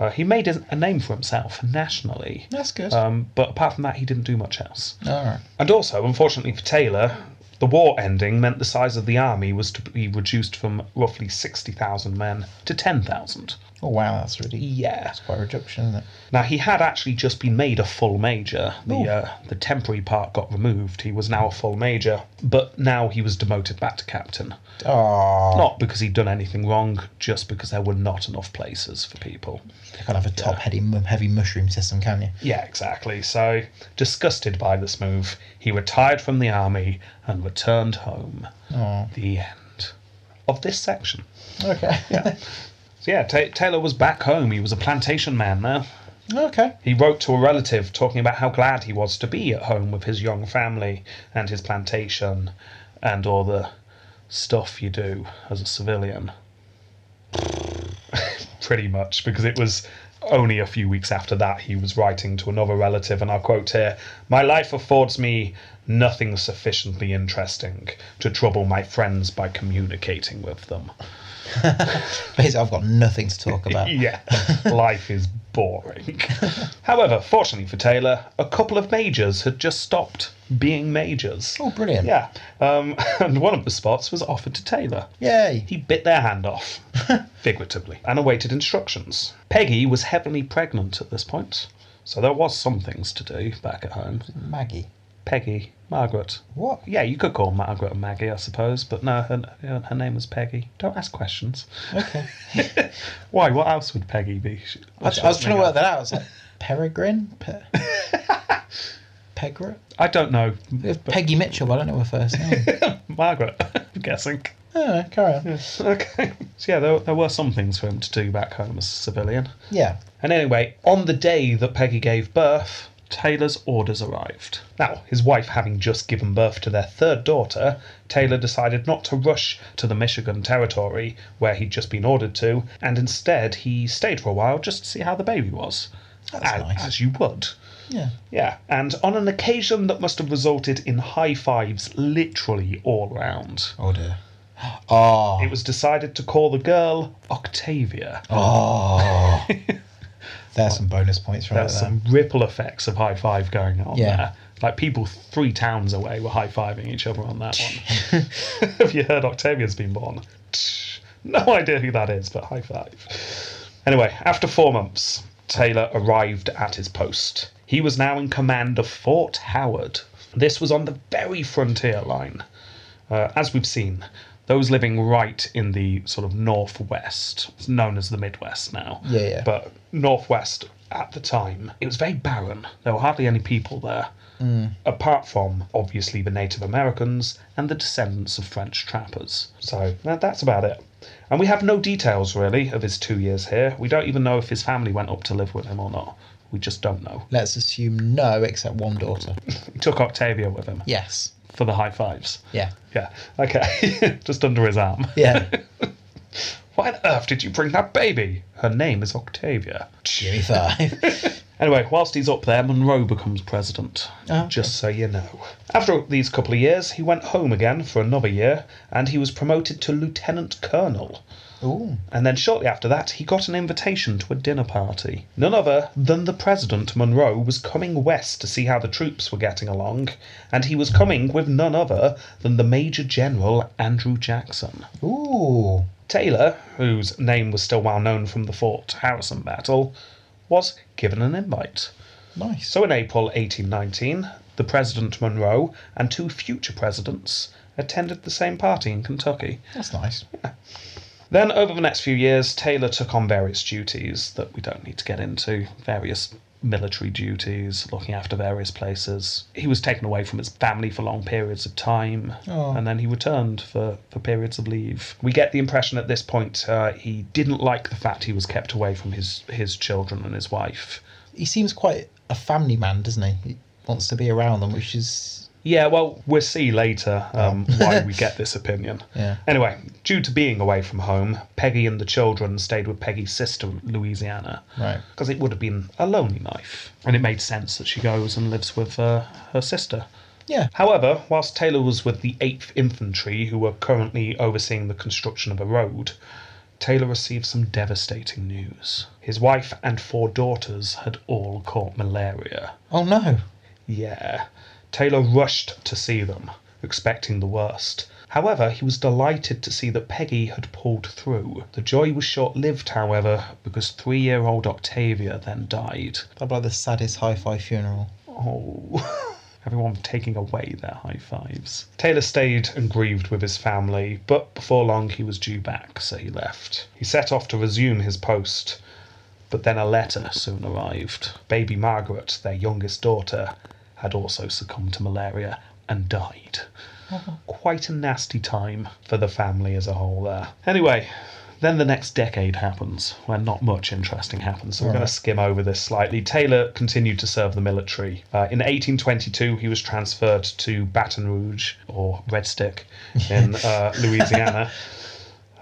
[SPEAKER 3] Uh, he made a a name for himself nationally.
[SPEAKER 2] that's good.
[SPEAKER 3] Um, but apart from that, he didn't do much else.
[SPEAKER 2] All right.
[SPEAKER 3] And also, unfortunately for Taylor, the war ending meant the size of the army was to be reduced from roughly 60,000 men to 10,000.
[SPEAKER 2] Oh, wow. That's really
[SPEAKER 3] Yeah.
[SPEAKER 2] quite a reduction, isn't it?
[SPEAKER 3] Now, he had actually just been made a full major.
[SPEAKER 2] Ooh.
[SPEAKER 3] The, uh, the temporary part got removed. He was now a full major, but now he was demoted back to captain.
[SPEAKER 2] Oh.
[SPEAKER 3] Not because he'd done anything wrong, just because there were not enough places for people.
[SPEAKER 2] You can't have a top heavy, heavy mushroom system, can you?
[SPEAKER 3] Yeah, exactly. So, disgusted by this move, he retired from the army and returned home.
[SPEAKER 2] Oh.
[SPEAKER 3] The end of this section.
[SPEAKER 2] Okay. Yeah.
[SPEAKER 3] So, yeah, Ta Taylor was back home. He was a plantation man now.
[SPEAKER 2] okay.
[SPEAKER 3] He wrote to a relative talking about how glad he was to be at home with his young family and his plantation and all the stuff you do as a civilian. Pretty much, because it was only a few weeks after that he was writing to another relative, and I'll quote here My life affords me nothing sufficiently interesting to trouble my friends by communicating with them.
[SPEAKER 2] Basically, I've got nothing to talk about.
[SPEAKER 3] Yeah, life is boring. However, fortunately for Taylor, a couple of majors had just stopped being majors.
[SPEAKER 2] Oh, brilliant.
[SPEAKER 3] Yeah, um, and one of the spots was offered to Taylor.
[SPEAKER 2] Yay.
[SPEAKER 3] He bit their hand off, figuratively, and awaited instructions. Peggy was heavily pregnant at this point, so there was some things to do back at home.
[SPEAKER 2] Maggie.
[SPEAKER 3] Peggy, Margaret.
[SPEAKER 2] What?
[SPEAKER 3] Yeah, you could call Margaret and Maggie, I suppose, but no, her, her name was Peggy. Don't ask questions.
[SPEAKER 2] Okay.
[SPEAKER 3] Why? What else would Peggy be? She-
[SPEAKER 2] I, was- I was trying to work that out. I was like, Peregrine? Pe- Pegra?
[SPEAKER 3] I don't know.
[SPEAKER 2] If Peggy Mitchell, but I don't know her first name.
[SPEAKER 3] Margaret, I'm guessing.
[SPEAKER 2] oh, carry on.
[SPEAKER 3] Okay. So, yeah, there, there were some things for him to do back home as a civilian.
[SPEAKER 2] Yeah.
[SPEAKER 3] And anyway, on the day that Peggy gave birth, Taylor's orders arrived. Now, his wife having just given birth to their third daughter, Taylor decided not to rush to the Michigan Territory, where he'd just been ordered to, and instead he stayed for a while just to see how the baby was.
[SPEAKER 2] That's
[SPEAKER 3] as,
[SPEAKER 2] nice.
[SPEAKER 3] as you would.
[SPEAKER 2] Yeah.
[SPEAKER 3] Yeah, and on an occasion that must have resulted in high fives literally all round.
[SPEAKER 2] Oh, dear. Oh.
[SPEAKER 3] It was decided to call the girl Octavia.
[SPEAKER 2] Oh. There's some bonus points from that.
[SPEAKER 3] There's some ripple effects of high five going on
[SPEAKER 2] Yeah.
[SPEAKER 3] there. Like people three towns away were high fiving each other on that one. have you heard Octavia's been born? No idea who that is, but high five. Anyway, after four months, Taylor arrived at his post. He was now in command of Fort Howard. This was on the very frontier line. Uh, as we've seen, those living right in the sort of northwest, it's known as the Midwest now.
[SPEAKER 2] Yeah, yeah.
[SPEAKER 3] But northwest at the time. It was very barren. There were hardly any people there,
[SPEAKER 2] Mm.
[SPEAKER 3] apart from obviously the Native Americans and the descendants of French trappers. So that, that's about it. And we have no details really of his two years here. We don't even know if his family went up to live with him or not. We just don't know.
[SPEAKER 2] Let's assume no, except one daughter.
[SPEAKER 3] He took Octavia with him
[SPEAKER 2] Yes.
[SPEAKER 3] for the high fives.
[SPEAKER 2] Yeah.
[SPEAKER 3] Yeah. Okay. just under his arm.
[SPEAKER 2] Yeah.
[SPEAKER 3] Why on earth did you bring that baby? Her name is Octavia.
[SPEAKER 2] Give me five.
[SPEAKER 3] Anyway, whilst he's up there, Monroe becomes president.
[SPEAKER 2] Oh.
[SPEAKER 3] Just so you know. After these couple of years, he went home again for another year and he was promoted to lieutenant colonel.
[SPEAKER 2] Ooh.
[SPEAKER 3] And then shortly after that, he got an invitation to a dinner party. None other than the President Monroe was coming west to see how the troops were getting along, and he was coming with none other than the Major General Andrew Jackson.
[SPEAKER 2] Ooh.
[SPEAKER 3] Taylor, whose name was still well known from the Fort Harrison battle, was given an invite.
[SPEAKER 2] Nice.
[SPEAKER 3] So in April 1819, the President Monroe and two future presidents attended the same party in Kentucky.
[SPEAKER 2] That's nice.
[SPEAKER 3] Then, over the next few years, Taylor took on various duties that we don't need to get into various military duties, looking after various places. He was taken away from his family for long periods of time,
[SPEAKER 2] Oh.
[SPEAKER 3] and then he returned for, for periods of leave. We get the impression at this point uh, he didn't like the fact he was kept away from his, his children and his wife.
[SPEAKER 2] He seems quite a family man, doesn't he? He wants to be around them, which is
[SPEAKER 3] Yeah, well, we'll see later um, why we get this opinion.
[SPEAKER 2] Yeah.
[SPEAKER 3] Anyway, due to being away from home, Peggy and the children stayed with Peggy's sister, Louisiana.
[SPEAKER 2] Right.
[SPEAKER 3] Because it would have been a lonely life. And it made sense that she goes and lives with uh, her sister.
[SPEAKER 2] yeah.
[SPEAKER 3] However, whilst Taylor was with the 8th Infantry, who were currently overseeing the construction of a road, Taylor received some devastating news. His wife and four daughters had all caught malaria.
[SPEAKER 2] Oh no.
[SPEAKER 3] Yeah. Taylor rushed to see them, expecting the worst. However, he was delighted to see that Peggy had pulled through. The joy was short lived, however, because three year old Octavia then died.
[SPEAKER 2] That'd be like the saddest hi-fi funeral.
[SPEAKER 3] Oh. Everyone taking away their high fives. Taylor stayed and grieved with his family, but before long he was due back, so he left. He set off to resume his post, but then a letter soon arrived. Baby Margaret, their youngest daughter, had also succumbed to malaria and died. Quite a nasty time for the family as a whole there. Anyway, then the next decade happens, when not much interesting happens, so we're going to
[SPEAKER 2] Right.
[SPEAKER 3] skim over this slightly. Taylor continued to serve the military. Uh, in 1822, he was transferred to Baton Rouge, or Red Stick, in uh, Louisiana.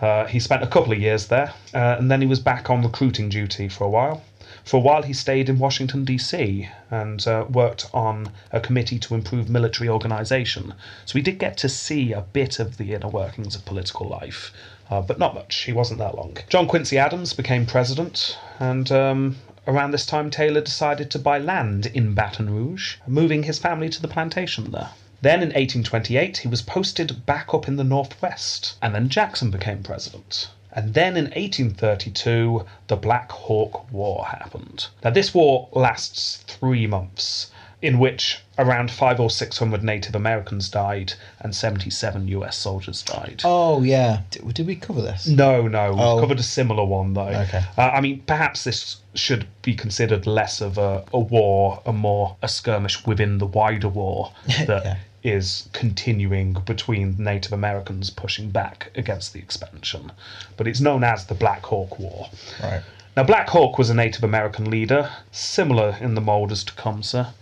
[SPEAKER 3] Uh, he spent a couple of years there, uh, and then he was back on recruiting duty for a while. For a while, he stayed in Washington, D.C., and uh, worked on a committee to improve military organization. So he did get to see a bit of the inner workings of political life, uh, but not much. He wasn't that long. John Quincy Adams became president, and um, around this time, Taylor decided to buy land in Baton Rouge, moving his family to the plantation there. Then in 1828, he was posted back up in the Northwest, and then Jackson became president. And then in 1832, the Black Hawk War happened. Now, this war lasts three months, in which around five or six hundred Native Americans died and 77 US soldiers died.
[SPEAKER 2] Oh yeah. Did, did we cover this?
[SPEAKER 3] No, no.
[SPEAKER 2] Oh.
[SPEAKER 3] We've covered a similar one, though.
[SPEAKER 2] Okay.
[SPEAKER 3] Uh, I mean, perhaps this should be considered less of a, a war and more a skirmish within the wider war that is
[SPEAKER 2] Yeah.
[SPEAKER 3] continuing between Native Americans pushing back against the expansion. But it's known as the Black Hawk War.
[SPEAKER 2] Right.
[SPEAKER 3] Now, Black Hawk was a Native American leader, similar in the mould as Tecumseh.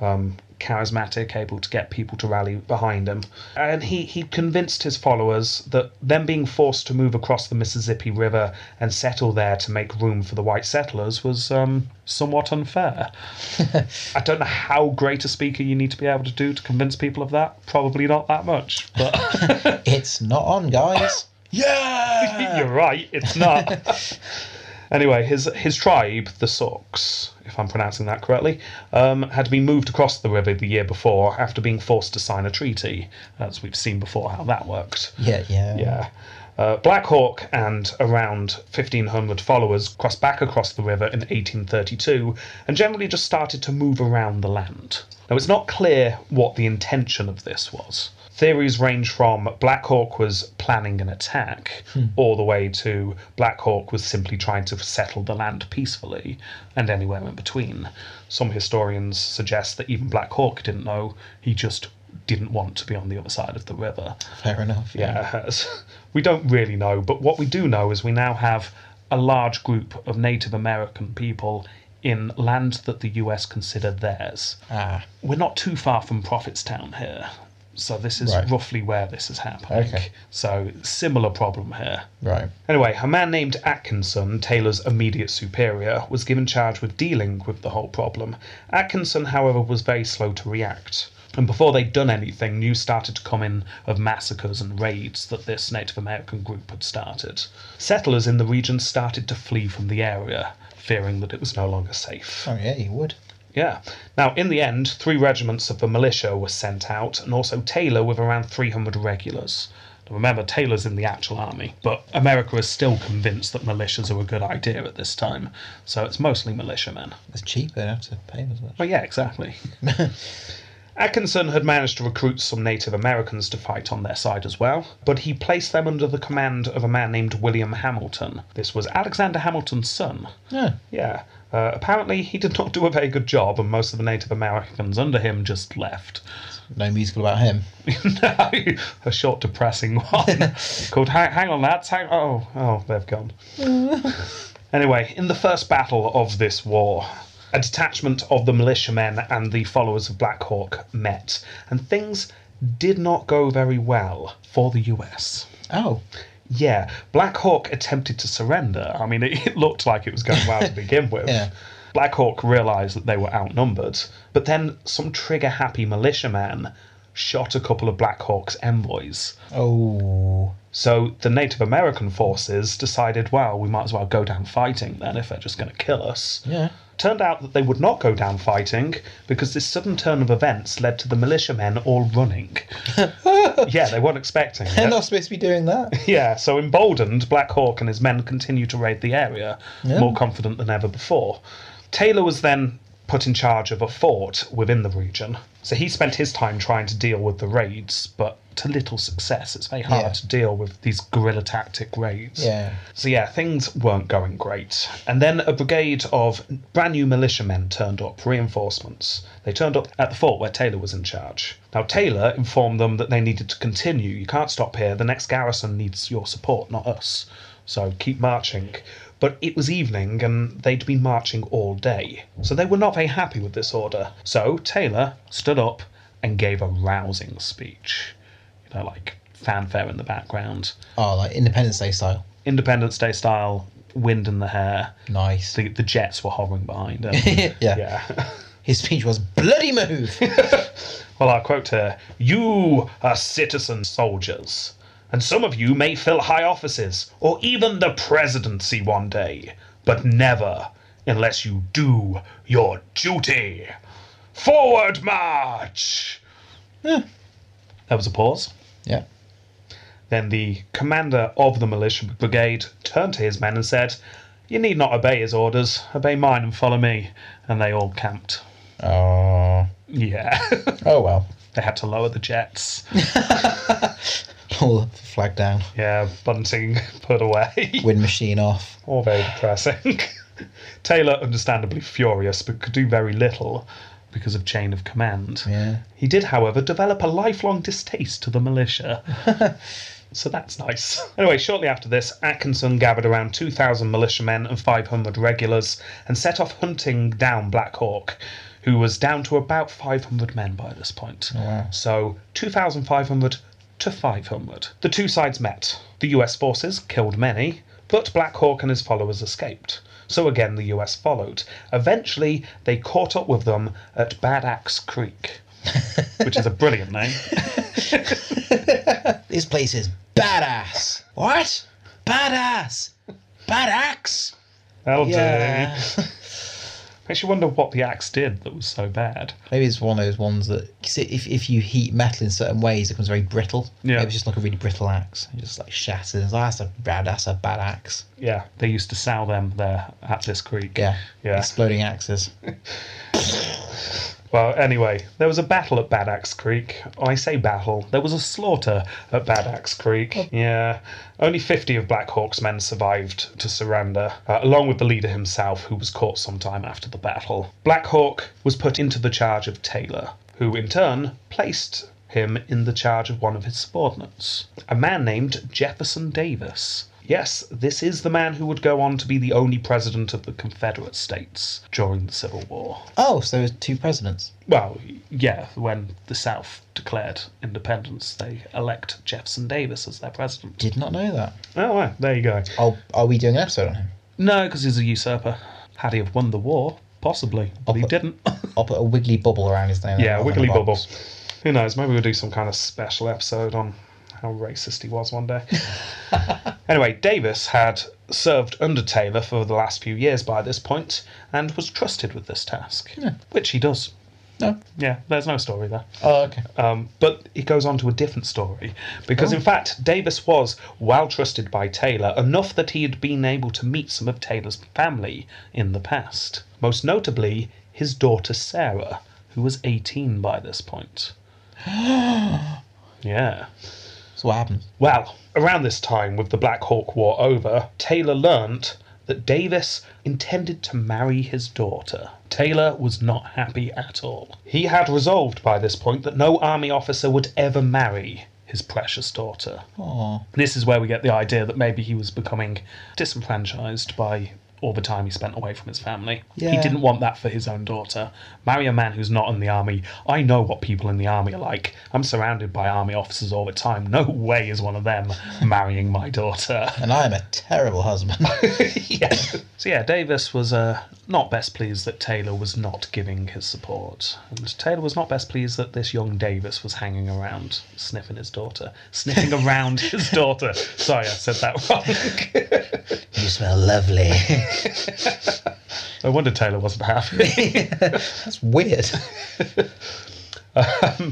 [SPEAKER 3] Um, charismatic, able to get people to rally behind him. And he, he convinced his followers that them being forced to move across the Mississippi River and settle there to make room for the white settlers was um, somewhat unfair. I don't know how great a speaker you need to be able to do to convince people of that. Probably not that much. But
[SPEAKER 2] It's not on, guys.
[SPEAKER 3] You're right, it's not. anyway, his his tribe, the Sox, if I'm pronouncing that correctly, um, had been moved across the river the year before after being forced to sign a treaty, as we've seen before how that worked.
[SPEAKER 2] yeah, yeah.
[SPEAKER 3] Yeah. Uh, Black Hawk and around 1,500 followers crossed back across the river in 1832 and generally just started to move around the land. Now, it's not clear what the intention of this was. Theories range from Black Hawk was planning an attack, all the way to Black Hawk was simply trying to settle the land peacefully, and anywhere in between. Some historians suggest that even Black Hawk didn't know, he just didn't want to be on the other side of the river.
[SPEAKER 2] Fair enough.
[SPEAKER 3] Yeah, we don't really know, but what we do know is we now have a large group of Native American people in land that the US consider theirs.
[SPEAKER 2] Ah,
[SPEAKER 3] We're not too far from Prophetstown here, so this is
[SPEAKER 2] Right.
[SPEAKER 3] roughly where this is happening.
[SPEAKER 2] Okay.
[SPEAKER 3] So, similar problem here.
[SPEAKER 2] right.
[SPEAKER 3] Anyway, a man named Atkinson, Taylor's immediate superior, was given charge with dealing with the whole problem. Atkinson, however, was very slow to react. And before they'd done anything, news started to come in of massacres and raids that this Native American group had started. Settlers in the region started to flee from the area, fearing that it was no longer safe.
[SPEAKER 2] Oh yeah, you would.
[SPEAKER 3] Yeah. Now, in the end, three regiments of the militia were sent out, and also Taylor with around 300 regulars. Now, Remember, Taylor's in the actual army, but America is still convinced that militias are a good idea at this time, so it's mostly militiamen.
[SPEAKER 2] It's cheaper. They don't have to pay as much.
[SPEAKER 3] Well, yeah, exactly. Atkinson had managed to recruit some Native Americans to fight on their side as well, but he placed them under the command of a man named William Hamilton. This was Alexander Hamilton's son.
[SPEAKER 2] Yeah.
[SPEAKER 3] Yeah. Uh, apparently, he did not do a very good job, and most of the Native Americans under him just left.
[SPEAKER 2] No musical about him.
[SPEAKER 3] no, a short, depressing one called "Hang, hang on, lads." Hang, oh, oh, they've gone. anyway, in the first battle of this war, a detachment of the militiamen and the followers of Black Hawk met, and things did not go very well for the U.S.
[SPEAKER 2] Oh,
[SPEAKER 3] Yeah, Black Hawk attempted to surrender. I mean, it, it looked like it was going well to begin with.
[SPEAKER 2] Yeah.
[SPEAKER 3] Black Hawk realised that they were outnumbered, but then some trigger happy militiaman shot a couple of Black Hawk's envoys.
[SPEAKER 2] oh,
[SPEAKER 3] So the Native American forces decided, well, we might as well go down fighting then if they're just going to kill us.
[SPEAKER 2] yeah.
[SPEAKER 3] Turned out that they would not go down fighting because this sudden turn of events led to the militiamen all running. yeah, they weren't expecting
[SPEAKER 2] They're
[SPEAKER 3] it.
[SPEAKER 2] not supposed to be doing that.
[SPEAKER 3] Yeah, so emboldened, Black Hawk and his men continue to raid the area,
[SPEAKER 2] Yeah.
[SPEAKER 3] more confident than ever before. Taylor was then put in charge of a fort within the region. So he spent his time trying to deal with the raids, but to little success. It's very hard
[SPEAKER 2] Yeah.
[SPEAKER 3] to deal with these guerrilla tactic raids.
[SPEAKER 2] Yeah.
[SPEAKER 3] So yeah, things weren't going great. And then a brigade of brand new militiamen turned up, reinforcements. They turned up at the fort where Taylor was in charge. Now Taylor informed them that they needed to continue. You can't stop here. The next garrison needs your support, not us. So keep marching. But it was evening and they'd been marching all day. So they were not very happy with this order. So Taylor stood up and gave a rousing speech. You know, like fanfare in the background.
[SPEAKER 2] Oh, like Independence Day style.
[SPEAKER 3] Independence Day style, wind in the hair.
[SPEAKER 2] Nice.
[SPEAKER 3] The, the jets were hovering behind him.
[SPEAKER 2] yeah.
[SPEAKER 3] yeah.
[SPEAKER 2] His speech was bloody move.
[SPEAKER 3] Well, I'll quote here You are citizen soldiers, and some of you may fill high offices or even the presidency one day, but never unless you do your duty. Forward march! Hmm. There was a pause.
[SPEAKER 2] yeah.
[SPEAKER 3] Then the commander of the militia brigade turned to his men and said, You need not obey his orders, obey mine and follow me. And they all camped.
[SPEAKER 2] Oh.
[SPEAKER 3] Yeah.
[SPEAKER 2] Oh well.
[SPEAKER 3] they had to lower the jets.
[SPEAKER 2] Pull the flag down.
[SPEAKER 3] Yeah, bunting put away.
[SPEAKER 2] Wind machine off.
[SPEAKER 3] All very depressing. Taylor, understandably furious, but could do very little because of chain of command.
[SPEAKER 2] Yeah.
[SPEAKER 3] He did, however, develop a lifelong distaste to the militia. so that's nice. Anyway, shortly after this, Atkinson gathered around 2,000 militiamen and 500 regulars and set off hunting down Black Hawk, who was down to about 500 men by this point.
[SPEAKER 2] wow.
[SPEAKER 3] So 2,500 to 500. The two sides met. The US forces killed many, but Black Hawk and his followers escaped. So again, the US followed. Eventually, they caught up with them at Bad Axe Creek, which is a brilliant name.
[SPEAKER 2] This place is badass. What? Badass. Bad axe.
[SPEAKER 3] That'll
[SPEAKER 2] Yeah.
[SPEAKER 3] do. Makes you wonder what the axe did that was so bad.
[SPEAKER 2] Maybe it's one of those ones that 'cause if, if you heat metal in certain ways, it becomes very brittle.
[SPEAKER 3] Yeah.
[SPEAKER 2] Maybe it's just like a really brittle axe. It just like shatters. It's like, that's a bad. That's a bad axe.
[SPEAKER 3] Yeah, they used to sell them there at this creek.
[SPEAKER 2] Yeah.
[SPEAKER 3] Yeah.
[SPEAKER 2] Exploding axes.
[SPEAKER 3] Well, anyway, there was a battle at Bad Axe Creek. I say battle. There was a slaughter at Bad Axe Creek. Yeah. Only 50 of Black Hawk's men survived to surrender, uh, along with the leader himself, who was caught sometime after the battle. Black Hawk was put into the charge of Taylor, who in turn placed him in the charge of one of his subordinates, a man named Jefferson Davis. Yes, this is the man who would go on to be the only president of the Confederate States during the Civil War.
[SPEAKER 2] Oh, so there's two presidents.
[SPEAKER 3] Well, yeah, when the South declared independence, they elect Jefferson Davis as their president.
[SPEAKER 2] Did not know that.
[SPEAKER 3] Oh, wow, there you go.
[SPEAKER 2] Oh, are we doing an episode on him?
[SPEAKER 3] No, because he's a usurper. Had he have won the war, possibly, but he
[SPEAKER 2] put-
[SPEAKER 3] didn't.
[SPEAKER 2] I'll put a wiggly bubble around his name.
[SPEAKER 3] yeah,
[SPEAKER 2] rather than
[SPEAKER 3] wiggly
[SPEAKER 2] a
[SPEAKER 3] bubble.
[SPEAKER 2] box.
[SPEAKER 3] Who knows? Maybe we'll do some kind of special episode on how racist he was one day. anyway, Davis had served under Taylor for the last few years by this point and was trusted with this task, which he does.
[SPEAKER 2] No.
[SPEAKER 3] Yeah, there's no story there.
[SPEAKER 2] Oh, okay.
[SPEAKER 3] Um, but it goes on to a different story because, in fact, Davis was well trusted by Taylor enough that he had been able to meet some of Taylor's family in the past, most notably his daughter Sarah, who was 18 by this point. yeah.
[SPEAKER 2] That's what happens.
[SPEAKER 3] Well, around this time, with the Black Hawk War over, Taylor learnt that Davis intended to marry his daughter. Taylor was not happy at all. He had resolved by this point that no army officer would ever marry his precious daughter.
[SPEAKER 2] Oh,
[SPEAKER 3] This is where we get the idea that maybe he was becoming disenfranchised by all the time he spent away from his family. He
[SPEAKER 2] Yeah.
[SPEAKER 3] didn't want that for his own daughter. Marry a man who's not in the army. I know what people in the army are like. I'm surrounded by army officers all the time. No way is one of them marrying my daughter.
[SPEAKER 2] and I'm a terrible husband.
[SPEAKER 3] yeah. So yeah, Davis was uh, not best pleased that Taylor was not giving his support, and Taylor was not best pleased that this young Davis was hanging around sniffing his daughter, sniffing around his daughter. Sorry, I said that wrong.
[SPEAKER 2] you smell lovely.
[SPEAKER 3] no wonder Taylor wasn't happy.
[SPEAKER 2] That's weird.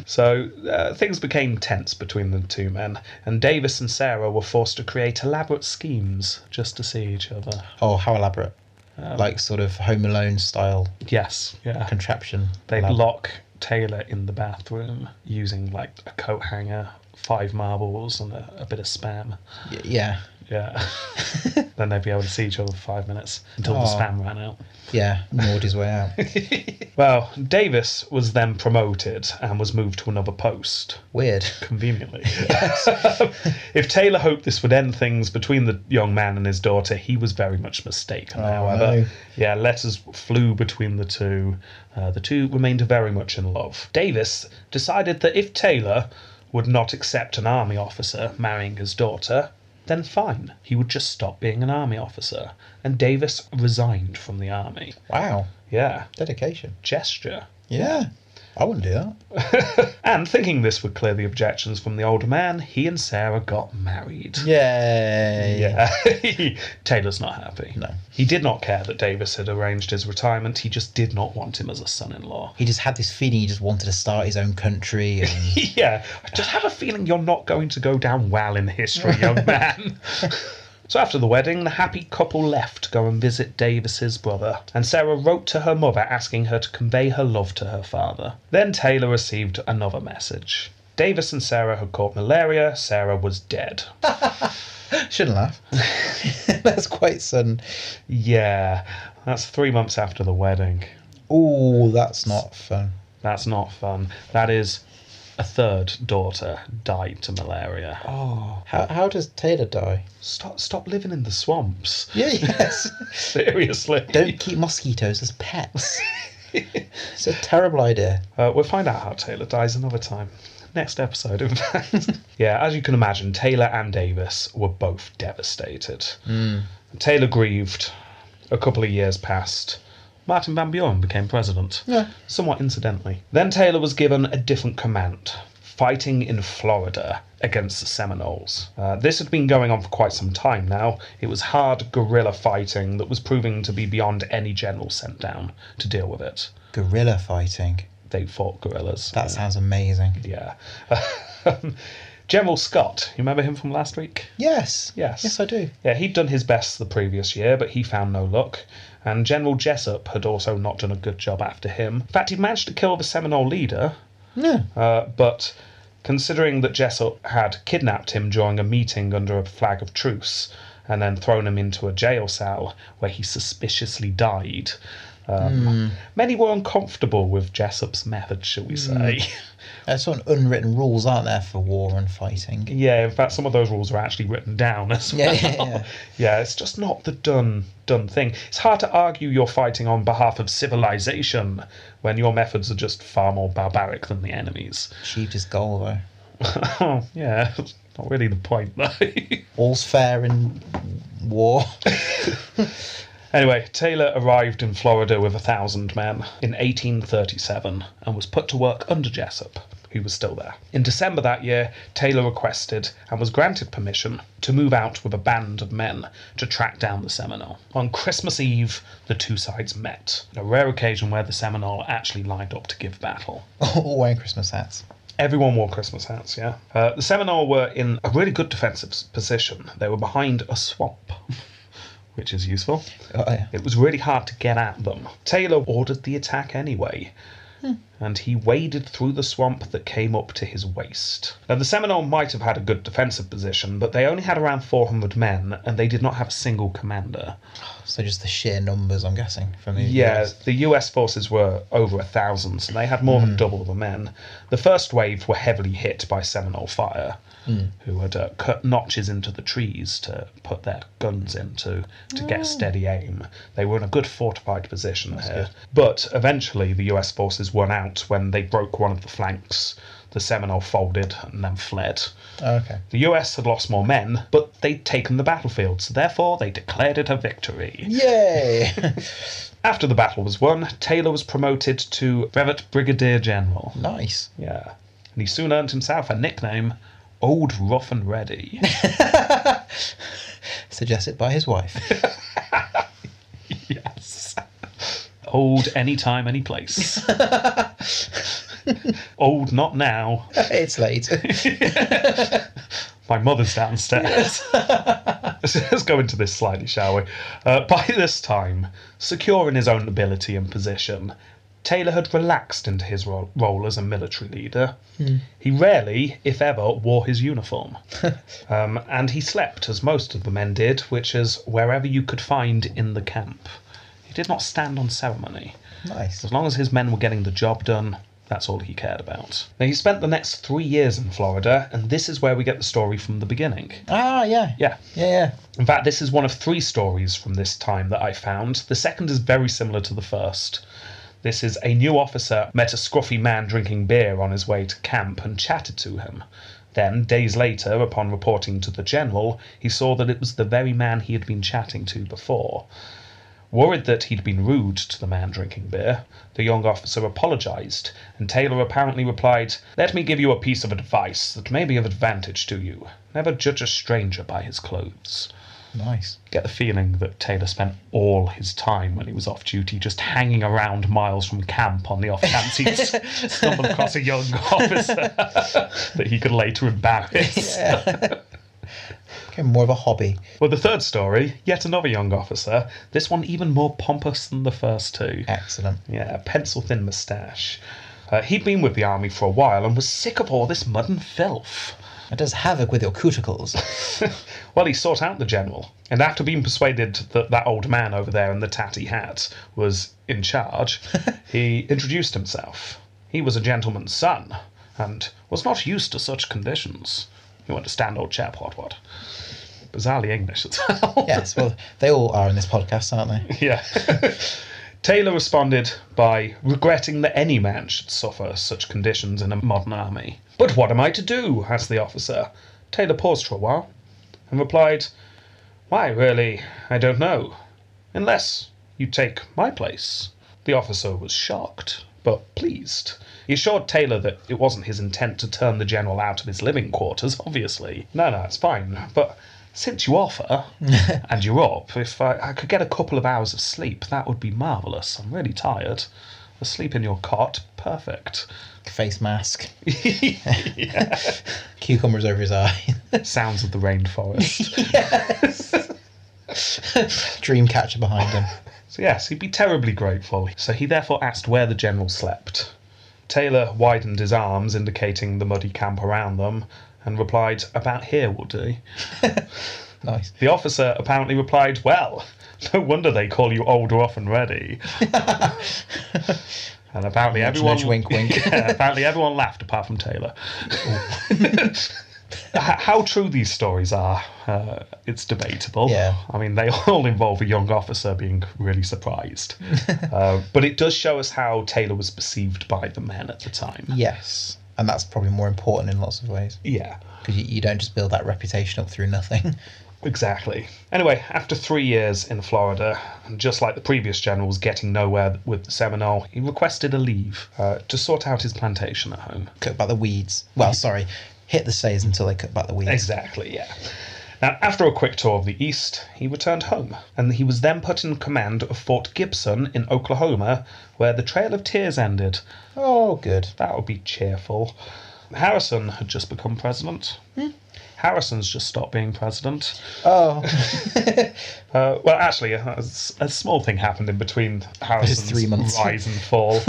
[SPEAKER 3] so uh, things became tense between the two men, and Davis and Sarah were forced to create elaborate schemes just to see each other.
[SPEAKER 2] Oh, how elaborate.
[SPEAKER 3] Um.
[SPEAKER 2] like sort of Home Alone style
[SPEAKER 3] Yes, yeah.
[SPEAKER 2] contraption.
[SPEAKER 3] They
[SPEAKER 2] Elab-
[SPEAKER 3] lock Taylor in the bathroom using like a coat hanger, five marbles, and a, a bit of spam.
[SPEAKER 2] Y- Yeah.
[SPEAKER 3] Yeah. then they'd be able to see each other for five minutes until the
[SPEAKER 2] Aw.
[SPEAKER 3] spam ran out.
[SPEAKER 2] Yeah. Gnawed his way out.
[SPEAKER 3] Well, Davis was then promoted and was moved to another post,
[SPEAKER 2] Weird.
[SPEAKER 3] conveniently. if Taylor hoped this would end things between the young man and his daughter, he was very much mistaken, however.
[SPEAKER 2] no.
[SPEAKER 3] Yeah, letters flew between the two. Uh, the two remained very much in love. Davis decided that if Taylor would not accept an army officer marrying his daughter, then fine, he would just stop being an army officer. And Davis resigned from the army.
[SPEAKER 2] Wow.
[SPEAKER 3] Yeah,
[SPEAKER 2] Dedication.
[SPEAKER 3] gesture.
[SPEAKER 2] Yeah. I wouldn't do that.
[SPEAKER 3] And thinking this would clear the objections from the older man, he and Sarah got married.
[SPEAKER 2] Yay.
[SPEAKER 3] Yeah. Taylor's not happy.
[SPEAKER 2] No.
[SPEAKER 3] He did not care that Davis had arranged his retirement. He just did not want him as a son in law.
[SPEAKER 2] He just had this feeling he just wanted to start his own country. And
[SPEAKER 3] yeah. I just have a feeling you're not going to go down well in history, young man. So after the wedding, the happy couple left to go and visit Davis's brother, and Sarah wrote to her mother asking her to convey her love to her father. Then Taylor received another message. Davis and Sarah had caught malaria, Sarah was dead.
[SPEAKER 2] shouldn't laugh. That's quite sudden.
[SPEAKER 3] yeah, that's three months after the wedding.
[SPEAKER 2] Oh, that's not fun.
[SPEAKER 3] That's not fun. That is a third daughter died to malaria. Oh,
[SPEAKER 2] How, how does Taylor die?
[SPEAKER 3] stop! Stop living in the swamps.
[SPEAKER 2] Yeah, yes.
[SPEAKER 3] Seriously.
[SPEAKER 2] Don't keep mosquitoes as pets. it's a terrible idea.
[SPEAKER 3] Uh, we'll find out how Taylor dies another time. Next episode, in fact. yeah, as you can imagine, Taylor and Davis were both devastated. Taylor grieved. A couple of years passed. Martin Van Buren became president.
[SPEAKER 2] Yeah.
[SPEAKER 3] Somewhat incidentally. Then Taylor was given a different command. Fighting in Florida against the Seminoles. Uh, this had been going on for quite some time now. It was hard guerrilla fighting that was proving to be beyond any general sent down to deal with it.
[SPEAKER 2] Gorilla fighting.
[SPEAKER 3] They fought guerrillas.
[SPEAKER 2] That sounds amazing.
[SPEAKER 3] Yeah. Um, General Scott, you remember him from last week?
[SPEAKER 2] Yes.
[SPEAKER 3] Yes.
[SPEAKER 2] Yes, I do.
[SPEAKER 3] Yeah, he'd done his best the previous year, but he found no luck. And General Jessup had also not done a good job after him. In fact, he managed to kill the Seminole leader,
[SPEAKER 2] Yeah.
[SPEAKER 3] uh, but considering that Jessup had kidnapped him during a meeting under a flag of truce and then thrown him into a jail cell where he suspiciously died, um, many were uncomfortable with Jessup's methods, shall we say.
[SPEAKER 2] There's Uh, sort of unwritten rules, aren't there, for war and fighting?
[SPEAKER 3] Yeah, in fact, some of those rules are actually written down as
[SPEAKER 2] Yeah,
[SPEAKER 3] well.
[SPEAKER 2] yeah, yeah.
[SPEAKER 3] Yeah, it's just not the done done thing. It's hard to argue you're fighting on behalf of civilization when your methods are just far more barbaric than the enemy's.
[SPEAKER 2] Achieved his goal, though.
[SPEAKER 3] Oh, yeah, that's not really the point though.
[SPEAKER 2] All's fair in war.
[SPEAKER 3] anyway, Taylor arrived in Florida with a thousand men in 1837 and was put to work under Jessup. Who was still there. In December that year, Taylor requested and was granted permission to move out with a band of men to track down the Seminole. On Christmas Eve, the two sides met, a rare occasion where the Seminole actually lined up to give battle.
[SPEAKER 2] All wearing Christmas hats.
[SPEAKER 3] Everyone wore Christmas hats, yeah. Uh, the Seminole were in a really good defensive s- position. They were behind a swamp, which is useful.
[SPEAKER 2] Oh, yeah.
[SPEAKER 3] It was really hard to get at them. Taylor ordered the attack anyway, and he waded through the swamp that came up to his waist. Now, the Seminole might have had a good defensive position, but they only had around 400 men, and they did not have a single commander.
[SPEAKER 2] So just the sheer numbers, I'm guessing, from the
[SPEAKER 3] Yeah,
[SPEAKER 2] US.
[SPEAKER 3] the US forces were over a thousand, so they had more than double the men. The first wave were heavily hit by Seminole fire, who had uh, cut notches into the trees to put their guns into to get steady aim. They were in a good fortified position here. But eventually, the US forces won out when they broke one of the flanks. The Seminole folded and then fled.
[SPEAKER 2] Oh, okay.
[SPEAKER 3] The US had lost more men, but they'd taken the battlefield, so therefore they declared it a victory.
[SPEAKER 2] Yay!
[SPEAKER 3] After the battle was won, Taylor was promoted to Brevet Brigadier General.
[SPEAKER 2] nice.
[SPEAKER 3] Yeah. And he soon earned himself a nickname, Old Rough and Ready.
[SPEAKER 2] Suggested by his wife.
[SPEAKER 3] yes. Old anytime, any place. Old not now.
[SPEAKER 2] it's late.
[SPEAKER 3] My mother's downstairs. let's, let's go into this slightly, shall we? Uh, by this time, secure in his own ability and position, Taylor had relaxed into his ro- role as a military leader. He rarely, if ever, wore his uniform. um, and he slept, as most of the men did, which is wherever you could find in the camp. He did not stand on ceremony.
[SPEAKER 2] nice.
[SPEAKER 3] As long as his men were getting the job done, that's all he cared about. Now, he spent the next three years in Florida, and this is where we get the story from the beginning.
[SPEAKER 2] Ah, yeah.
[SPEAKER 3] Yeah.
[SPEAKER 2] Yeah, yeah.
[SPEAKER 3] In fact, this is one of three stories from this time that I found. The second is very similar to the first. This is a new officer met a scruffy man drinking beer on his way to camp and chatted to him. Then, days later, upon reporting to the general, he saw that it was the very man he had been chatting to before. Worried that he'd been rude to the man drinking beer, the young officer apologised, and Taylor apparently replied, Let me give you a piece of advice that may be of advantage to you. Never judge a stranger by his clothes
[SPEAKER 2] Nice.
[SPEAKER 3] get the feeling that Taylor spent all his time when he was off duty just hanging around miles from camp on the off chance he'd s- stumble across a young officer that he could later embarrass.
[SPEAKER 2] Okay, more of a hobby.
[SPEAKER 3] Well, the third story, yet another young officer, this one even more pompous than the first two.
[SPEAKER 2] Excellent.
[SPEAKER 3] Yeah, pencil thin moustache. Uh, he'd been with the army for a while and was sick of all this mud and filth.
[SPEAKER 2] It does havoc with your cuticles.
[SPEAKER 3] Well, he sought out the general, and after being persuaded that that old man over there in the tatty hat was in charge, he introduced himself. He was a gentleman's son, and was not used to such conditions. You understand, old chap, what what? Bizarrely English as well.
[SPEAKER 2] yes, well, they all are in this podcast, aren't they?
[SPEAKER 3] Yeah. Taylor responded by regretting that any man should suffer such conditions in a modern army. But what am I to do? asked the officer. Taylor paused for a while and replied, Why, really, I don't know. Unless you take my place. The officer was shocked, but pleased. He assured Taylor that it wasn't his intent to turn the general out of his living quarters, obviously. No, no, it's fine. But since you offer, and you're up, if I, I could get a couple of hours of sleep, that would be marvellous. I'm really tired. Asleep in your cot. Perfect.
[SPEAKER 2] Face mask. Cucumbers over his eye.
[SPEAKER 3] Sounds of the rainforest.
[SPEAKER 2] Dream catcher behind him.
[SPEAKER 3] so, yes, he'd be terribly grateful. So, he therefore asked where the general slept. Taylor widened his arms, indicating the muddy camp around them, and replied, About here will do.
[SPEAKER 2] Nice.
[SPEAKER 3] The officer apparently replied, Well, no wonder they call you old, rough, and ready. and apparently everyone.
[SPEAKER 2] nudge, wink, wink.
[SPEAKER 3] Yeah, apparently everyone laughed apart from Taylor. H- How true these stories are, uh, it's debatable.
[SPEAKER 2] Yeah.
[SPEAKER 3] I mean, they all involve a young officer being really surprised. uh, but it does show us how Taylor was perceived by the men at the time.
[SPEAKER 2] Yes. And that's probably more important in lots of ways
[SPEAKER 3] yeah.
[SPEAKER 2] because you, you don't just build that reputation up through nothing.
[SPEAKER 3] Exactly. Anyway, after three years in Florida, and just like the previous general was getting nowhere with the Seminole, he requested a leave uh, to sort out his plantation at home.
[SPEAKER 2] Cut back the weeds. Well, sorry, hit the stays until they cut back the weeds.
[SPEAKER 3] Exactly, yeah. Now, after a quick tour of the East, he returned home, and he was then put in command of Fort Gibson in Oklahoma, where the Trail of Tears ended.
[SPEAKER 2] Oh, good.
[SPEAKER 3] That would be cheerful. Harrison had just become president. Harrison's just stopped being president.
[SPEAKER 2] Oh,
[SPEAKER 3] Uh, well, actually, a, a small thing happened in between Harrison's
[SPEAKER 2] three months.
[SPEAKER 3] rise and fall.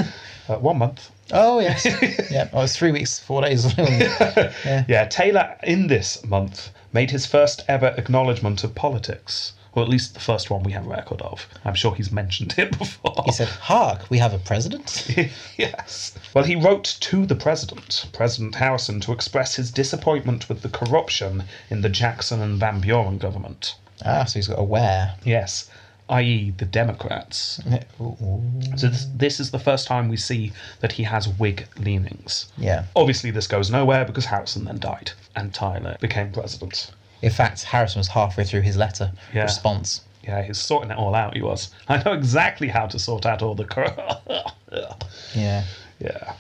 [SPEAKER 3] uh, one month.
[SPEAKER 2] oh yes. yeah, I was three weeks, four days. yeah.
[SPEAKER 3] Yeah, Taylor, in this month, made his first ever acknowledgement of politics, or at least the first one we have record of. I'm sure he's mentioned it before.
[SPEAKER 2] He said, "Hark, we have a president."
[SPEAKER 3] yes. Well, he wrote to the president, President Harrison, to express his disappointment with the corruption in the Jackson and Van Buren government.
[SPEAKER 2] ah, so he's got a where.
[SPEAKER 3] Yes, i.e., the Democrats.
[SPEAKER 2] Yeah. Ooh, ooh.
[SPEAKER 3] So this, this is the first time we see that he has Whig leanings.
[SPEAKER 2] Yeah.
[SPEAKER 3] Obviously, this goes nowhere because Harrison then died and Tyler became president.
[SPEAKER 2] In fact, Harrison was halfway through his letter
[SPEAKER 3] Yeah.
[SPEAKER 2] response.
[SPEAKER 3] Yeah, he's sorting it all out. He was. I know exactly how to sort out all the. cor-
[SPEAKER 2] Yeah.
[SPEAKER 3] yeah.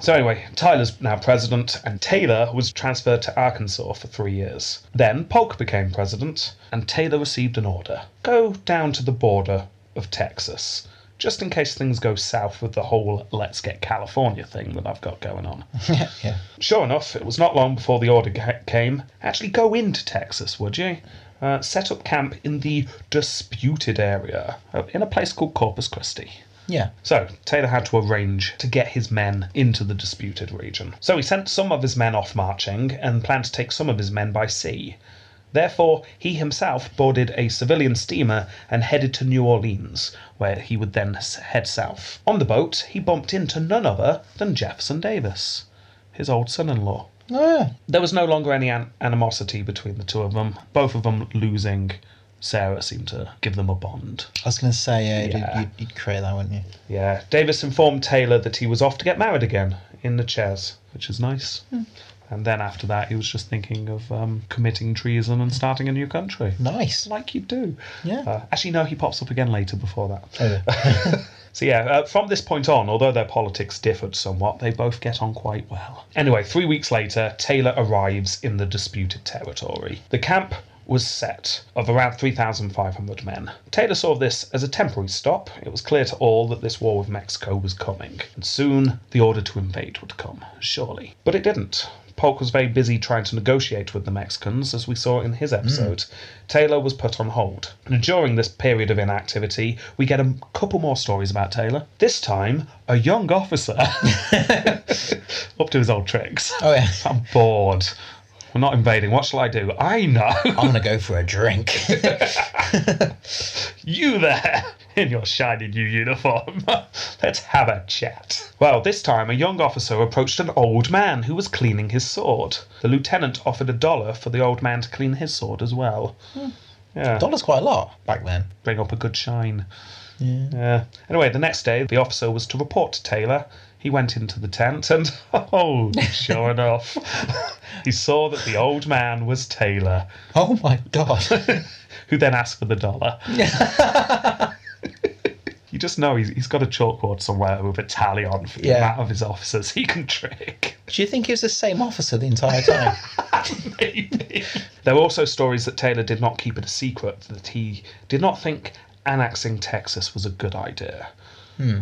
[SPEAKER 3] So anyway, Tyler's now president, and Taylor was transferred to Arkansas for three years. Then Polk became president, and Taylor received an order: go down to the border of Texas, just in case things go south with the whole "let's get California" thing that I've got going on.
[SPEAKER 2] yeah.
[SPEAKER 3] Sure enough, it was not long before the order ca- came. Actually, go into Texas, would you? Uh, set up camp in the disputed area, uh, in a place called Corpus Christi.
[SPEAKER 2] Yeah.
[SPEAKER 3] So, Taylor had to arrange to get his men into the disputed region. So, he sent some of his men off marching and planned to take some of his men by sea. Therefore, he himself boarded a civilian steamer and headed to New Orleans, where he would then s- head south. On the boat, he bumped into none other than Jefferson Davis, his old son in law.
[SPEAKER 2] Ah,
[SPEAKER 3] There was no longer any an- animosity between the two of them, both of them losing. Sarah seemed to give them a bond.
[SPEAKER 2] I was going to say, yeah, you'd-
[SPEAKER 3] Yeah.
[SPEAKER 2] You'd, you'd create that, wouldn't you?
[SPEAKER 3] Yeah, Davis informed Taylor that he was off to get married again in the chairs, which is nice. And then after that, he was just thinking of um, committing treason and starting a new country.
[SPEAKER 2] Nice.
[SPEAKER 3] Like you do.
[SPEAKER 2] Yeah.
[SPEAKER 3] Uh, actually, no, he pops up again later before that.
[SPEAKER 2] Oh, yeah.
[SPEAKER 3] So, yeah, uh, from this point on, although their politics differed somewhat, they both get on quite well. Anyway, three weeks later, Taylor arrives in the disputed territory. The camp was set of around 3,500 men. Taylor saw this as a temporary stop. It was clear to all that this war with Mexico was coming, and soon the order to invade would come, surely. But it didn't. Polk was very busy trying to negotiate with the Mexicans, as we saw in his episode. Taylor was put on hold. And during this period of inactivity, we get a couple more stories about Taylor. This time, a young officer. Up to his old tricks.
[SPEAKER 2] Oh, yeah.
[SPEAKER 3] I'm bored. We're not invading. What shall I do? I know.
[SPEAKER 2] I'm going to go for a drink.
[SPEAKER 3] You there in your shiny new uniform. Let's have a chat. Well, this time a young officer approached an old man who was cleaning his sword. The lieutenant offered a dollar for the old man to clean his sword as well. Yeah,
[SPEAKER 2] Dollar's quite a lot back then.
[SPEAKER 3] bring up a good shine. Yeah. Anyway, the next day the officer was to report to Taylor. He went into the tent and, oh, sure enough, he saw that the old man was Taylor,
[SPEAKER 2] Oh, my God.
[SPEAKER 3] who then asked for the dollar. You just know he's, he's got a chalkboard somewhere with a tally on for the
[SPEAKER 2] Yeah.
[SPEAKER 3] amount of his officers he can trick.
[SPEAKER 2] Do you think he was the same officer the entire time?
[SPEAKER 3] Maybe. There were also stories that Taylor did not keep it a secret, that he did not think annexing Texas was a good idea.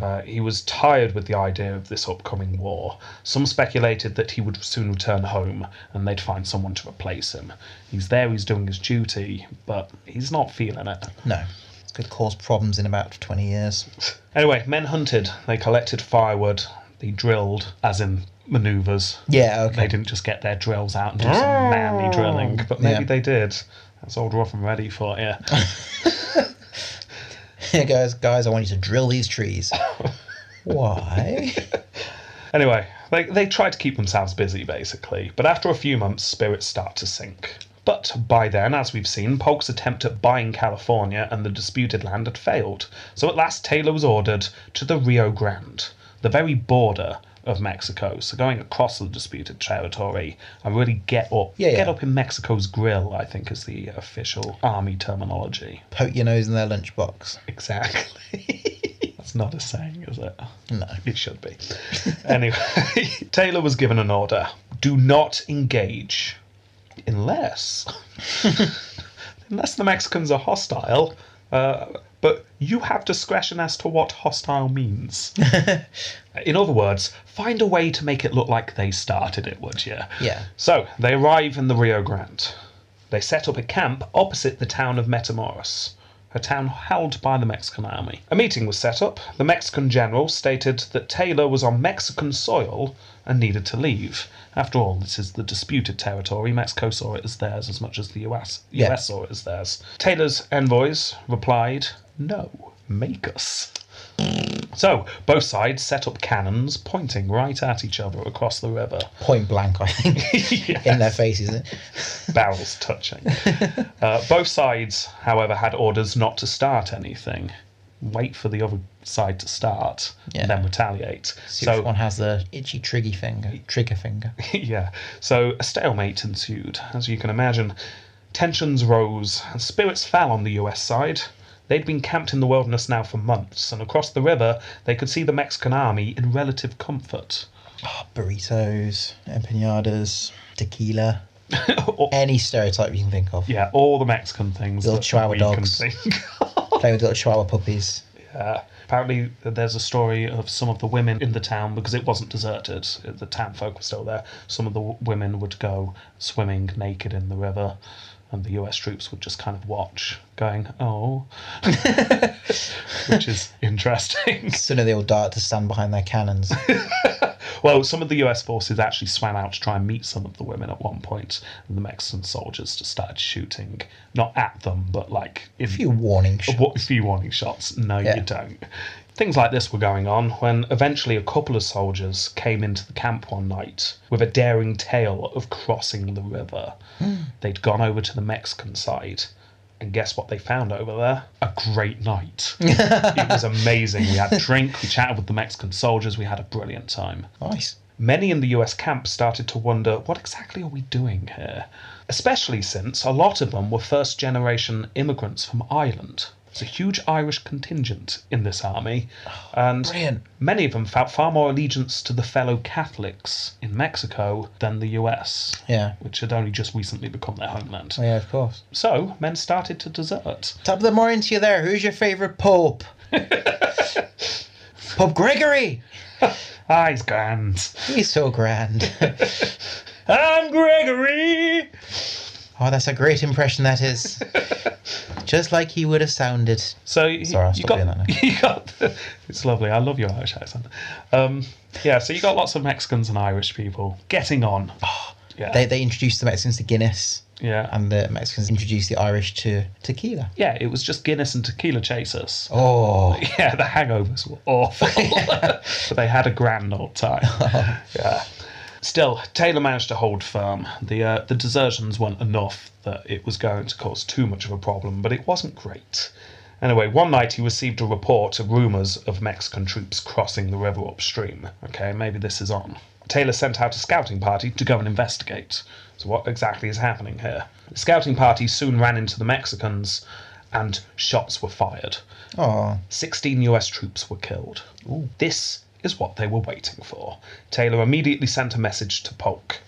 [SPEAKER 3] Uh, he was tired with the idea of this upcoming war. Some speculated that he would soon return home and they'd find someone to replace him. He's there, he's doing his duty, but he's not feeling it.
[SPEAKER 2] No. It could cause problems in about 20 years.
[SPEAKER 3] Anyway, men hunted. They collected firewood. They drilled, as in maneuvers.
[SPEAKER 2] Yeah, okay.
[SPEAKER 3] They didn't just get their drills out and do some manly drilling, but maybe
[SPEAKER 2] Yeah.
[SPEAKER 3] they did. That's old rough and ready for you.
[SPEAKER 2] Here goes, guys, I want you to drill these trees. Why?
[SPEAKER 3] Anyway, they, they try to keep themselves busy, basically, but after a few months, spirits start to sink. But by then, as we've seen, Polk's attempt at buying California and the disputed land had failed, so at last Taylor was ordered to the Rio Grande, the very border of Mexico, so going across the disputed territory and really get up.
[SPEAKER 2] Yeah, yeah.
[SPEAKER 3] Get up in Mexico's grill, I think, is the official army terminology.
[SPEAKER 2] Poke your nose in their lunchbox.
[SPEAKER 3] Exactly. That's not a saying, is it?
[SPEAKER 2] No.
[SPEAKER 3] It should be. anyway, Taylor was given an order do not engage unless. unless the Mexicans are hostile. Uh, but you have discretion as to what hostile means. In other words, find a way to make it look like they started it, would you?
[SPEAKER 2] Yeah.
[SPEAKER 3] So they arrive in the Rio Grande. They set up a camp opposite the town of Matamoros, a town held by the Mexican army. A meeting was set up. The Mexican general stated that Taylor was on Mexican soil and needed to leave. After all, this is the disputed territory. Mexico saw it as theirs as much as the US,
[SPEAKER 2] Yeah.
[SPEAKER 3] US saw it as theirs. Taylor's envoys replied, No, make us. So, both sides set up cannons pointing right at each other across the river.
[SPEAKER 2] Point blank, I think. In their faces. isn't it?
[SPEAKER 3] barrels touching. uh, both sides, however, had orders not to start anything. Wait for the other side to start,
[SPEAKER 2] Yeah.
[SPEAKER 3] and then retaliate.
[SPEAKER 2] See
[SPEAKER 3] so
[SPEAKER 2] if one has the itchy triggy finger. Trigger finger.
[SPEAKER 3] yeah, so a stalemate ensued. As you can imagine, tensions rose and spirits fell on the US side. They'd been camped in the wilderness now for months, and across the river they could see the Mexican army in relative comfort.
[SPEAKER 2] Burritos, empanadas, tequila. Any stereotype you can think
[SPEAKER 3] Oh.
[SPEAKER 2] of.
[SPEAKER 3] Yeah, all the Mexican things
[SPEAKER 2] Little
[SPEAKER 3] that
[SPEAKER 2] chihuahua
[SPEAKER 3] we
[SPEAKER 2] dogs.
[SPEAKER 3] can think
[SPEAKER 2] Playing with little chihuahua puppies.
[SPEAKER 3] Uh, apparently, there's a story of some of the women in the town because it wasn't deserted. The town folk were still there. Some of the w- women would go swimming naked in the river, and the U.S. troops would just kind of watch, going, "Oh," which is interesting.
[SPEAKER 2] Sooner they all dart to stand behind their cannons.
[SPEAKER 3] well, some of the U.S. forces actually swam out to try and meet some of the women at one point, and the Mexican soldiers just started shooting, not at them, but like in
[SPEAKER 2] few warning shots.
[SPEAKER 3] What few warning shots? No,
[SPEAKER 2] Yeah.
[SPEAKER 3] you don't. Things like this were going on when eventually a couple of soldiers came into the camp one night with a daring tale of crossing the river. They'd gone over to the Mexican side, and guess what they found over there? A great night. it was amazing. We had a drink, we chatted with the Mexican soldiers, we had a brilliant time.
[SPEAKER 2] Nice.
[SPEAKER 3] Many in the US camp started to wonder what exactly are we doing here? Especially since a lot of them were first generation immigrants from Ireland. There's a huge Irish contingent in this army, and
[SPEAKER 2] Brilliant.
[SPEAKER 3] many of them felt far more allegiance to the fellow Catholics in Mexico than the US,
[SPEAKER 2] Yeah.
[SPEAKER 3] which had only just recently become their homeland.
[SPEAKER 2] Oh, yeah, of course.
[SPEAKER 3] So men started to desert.
[SPEAKER 2] Top of the morning to you there. Who's your favourite Pope? Pope Gregory!
[SPEAKER 3] Ah, he's grand.
[SPEAKER 2] He's so grand.
[SPEAKER 3] I'm Gregory!
[SPEAKER 2] Oh, that's a great impression, that is. Just like he would have sounded.
[SPEAKER 3] So y-
[SPEAKER 2] Sorry, I'll
[SPEAKER 3] you
[SPEAKER 2] stop
[SPEAKER 3] got,
[SPEAKER 2] doing that now.
[SPEAKER 3] you got it's lovely. I love your Irish accent. Um, yeah, so you got lots of Mexicans and Irish people getting on. Yeah,
[SPEAKER 2] Oh, They, they introduced the Mexicans to Guinness,
[SPEAKER 3] yeah,
[SPEAKER 2] and the Mexicans introduced the Irish to tequila.
[SPEAKER 3] yeah. It was just Guinness and tequila chasers.
[SPEAKER 2] Oh,
[SPEAKER 3] Yeah, the hangovers were awful, but they had a grand old time. yeah. Still, Taylor managed to hold firm. The uh, the desertions weren't enough that it was going to cause too much of a problem, but it wasn't great. Anyway, one night he received a report of rumours of Mexican troops crossing the river upstream. Okay, maybe this is on. Taylor sent out a scouting party to go and investigate. So, what exactly is happening here? The scouting party soon ran into the Mexicans and shots were fired.
[SPEAKER 2] oh,
[SPEAKER 3] 16 US troops were killed. This is what they were waiting for. Taylor immediately sent a message to Polk,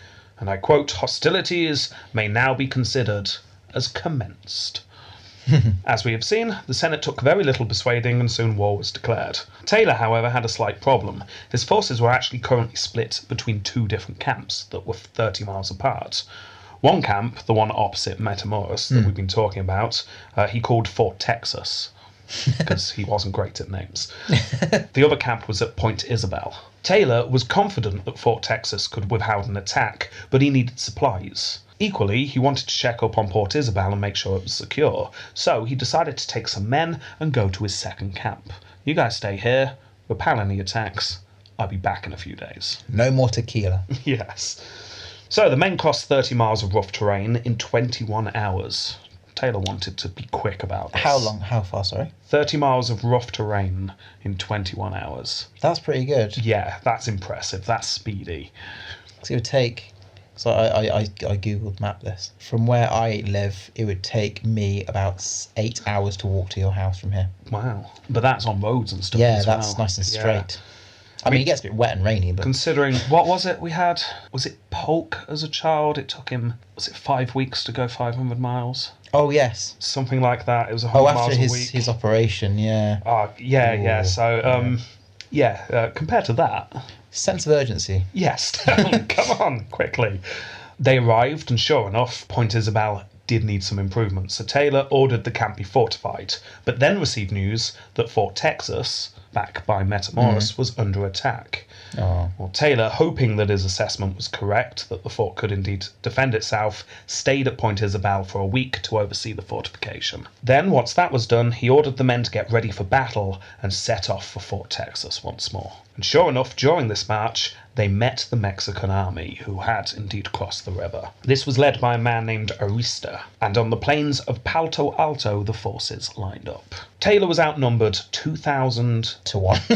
[SPEAKER 3] and I quote Hostilities may now be considered as commenced. As we have seen, the Senate took very little persuading and soon war was declared. Taylor, however, had a slight problem. His forces were actually currently split between two different camps that were 30 miles apart. One camp, the one opposite Matamoros that we've been talking about, uh, he called Fort Texas because he wasn't great at names. the other camp was at Point Isabel. Taylor was confident that Fort Texas could withhold an attack, but he needed supplies. Equally, he wanted to check up on Port Isabel and make sure it was secure, so he decided to take some men and go to his second camp. You guys stay here, repel any attacks. I'll be back in a few days.
[SPEAKER 2] No more tequila.
[SPEAKER 3] yes. So the men crossed 30 miles of rough terrain in 21 hours. Taylor wanted to be quick about this.
[SPEAKER 2] How long? How far? Sorry.
[SPEAKER 3] 30 miles of rough terrain in 21 hours.
[SPEAKER 2] That's pretty good.
[SPEAKER 3] Yeah, that's impressive. That's speedy.
[SPEAKER 2] So it would take. So I, I, I, I googled map this. From where I live, it would take me about s- eight hours to walk to your house from here.
[SPEAKER 3] Wow. But that's on roads and stuff.
[SPEAKER 2] Yeah,
[SPEAKER 3] as
[SPEAKER 2] that's
[SPEAKER 3] well.
[SPEAKER 2] nice and
[SPEAKER 3] Yeah.
[SPEAKER 2] straight. I mean, it gets a bit wet and rainy, but
[SPEAKER 3] Considering what was it we had? Was it Polk as a child? It took him was it five weeks to go 500 miles?
[SPEAKER 2] oh yes.
[SPEAKER 3] Something like that. It was 100
[SPEAKER 2] Oh,
[SPEAKER 3] miles
[SPEAKER 2] after
[SPEAKER 3] a week.
[SPEAKER 2] his his operation, yeah.
[SPEAKER 3] Ah, yeah, yeah.
[SPEAKER 2] Ooh.
[SPEAKER 3] So, um, yeah. Uh, compared to that,
[SPEAKER 2] Sense of urgency.
[SPEAKER 3] Yes, come on, quickly. They arrived, and sure enough, Point Isabel did need some improvements, so Taylor ordered the camp be fortified, but then received news that Fort Texas, back by Matamoros, was under attack.
[SPEAKER 2] Oh,
[SPEAKER 3] Well, Taylor, hoping that his assessment was correct, that the fort could indeed defend itself, stayed at Point Isabel for a week to oversee the fortification. Then, once that was done, he ordered the men to get ready for battle and set off for Fort Texas once more. And sure enough, during this march, they met the Mexican army, who had indeed crossed the river. This was led by a man named Arista, and on the plains of Palo Alto, the forces lined up. Taylor was outnumbered 2,000
[SPEAKER 2] to one.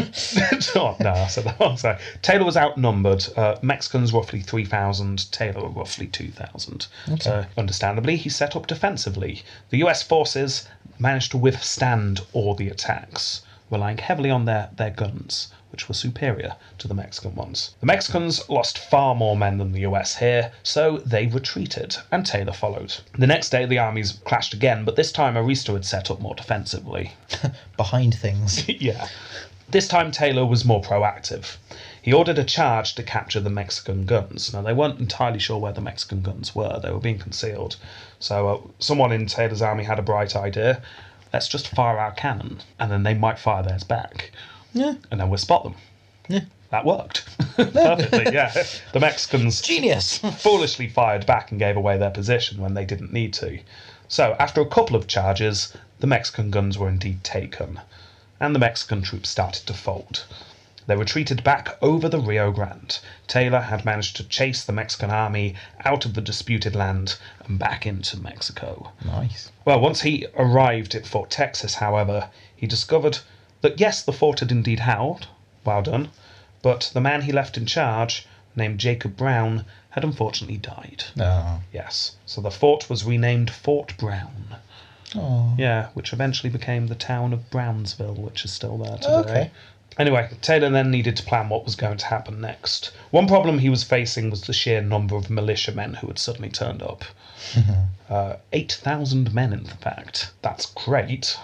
[SPEAKER 3] oh, no, I said that wrong. Sorry. Taylor was outnumbered. Uh, Mexicans roughly 3,000, Taylor roughly 2,000. So, understandably, he set up defensively. The US forces managed to withstand all the attacks, relying heavily on their, their guns, which were superior to the Mexican ones. The Mexicans lost far more men than the US here, so they retreated, and Taylor followed. The next day, the armies clashed again, but this time Arista had set up more defensively
[SPEAKER 2] Behind things.
[SPEAKER 3] yeah. This time Taylor was more proactive. He ordered a charge to capture the Mexican guns. Now, they weren't entirely sure where the Mexican guns were, they were being concealed. So, uh, someone in Taylor's army had a bright idea let's just fire our cannon, and then they might fire theirs back,
[SPEAKER 2] Yeah.
[SPEAKER 3] and then we'll spot them. That worked perfectly, yeah. The Mexicans
[SPEAKER 2] Genius.
[SPEAKER 3] foolishly fired back and gave away their position when they didn't need to. So, after a couple of charges, the Mexican guns were indeed taken, and the Mexican troops started to fold. They retreated back over the Rio Grande. Taylor had managed to chase the Mexican army out of the disputed land and back into Mexico.
[SPEAKER 2] nice.
[SPEAKER 3] Well, once he arrived at Fort Texas, however, he discovered that yes, the fort had indeed howled, well done, but the man he left in charge, named Jacob Brown, had unfortunately died.
[SPEAKER 2] No.
[SPEAKER 3] Yes, so the fort was renamed Fort Brown.
[SPEAKER 2] Oh.
[SPEAKER 3] Yeah, which eventually became the town of Brownsville, which is still there today.
[SPEAKER 2] Okay.
[SPEAKER 3] Anyway, Taylor then needed to plan what was going to happen next. One problem he was facing was the sheer number of militiamen who had suddenly turned up. uh, 8,000 men, in fact. That's great,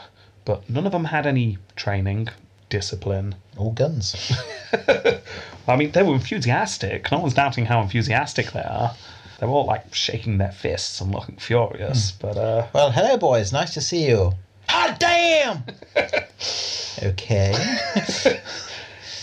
[SPEAKER 3] but none of them had any training, discipline.
[SPEAKER 2] All guns.
[SPEAKER 3] I mean, they were enthusiastic. No one's doubting how enthusiastic they are. They're all like shaking their fists and looking furious, but uh,
[SPEAKER 2] Well, hello, boys. Nice to see you. Hot damn! okay.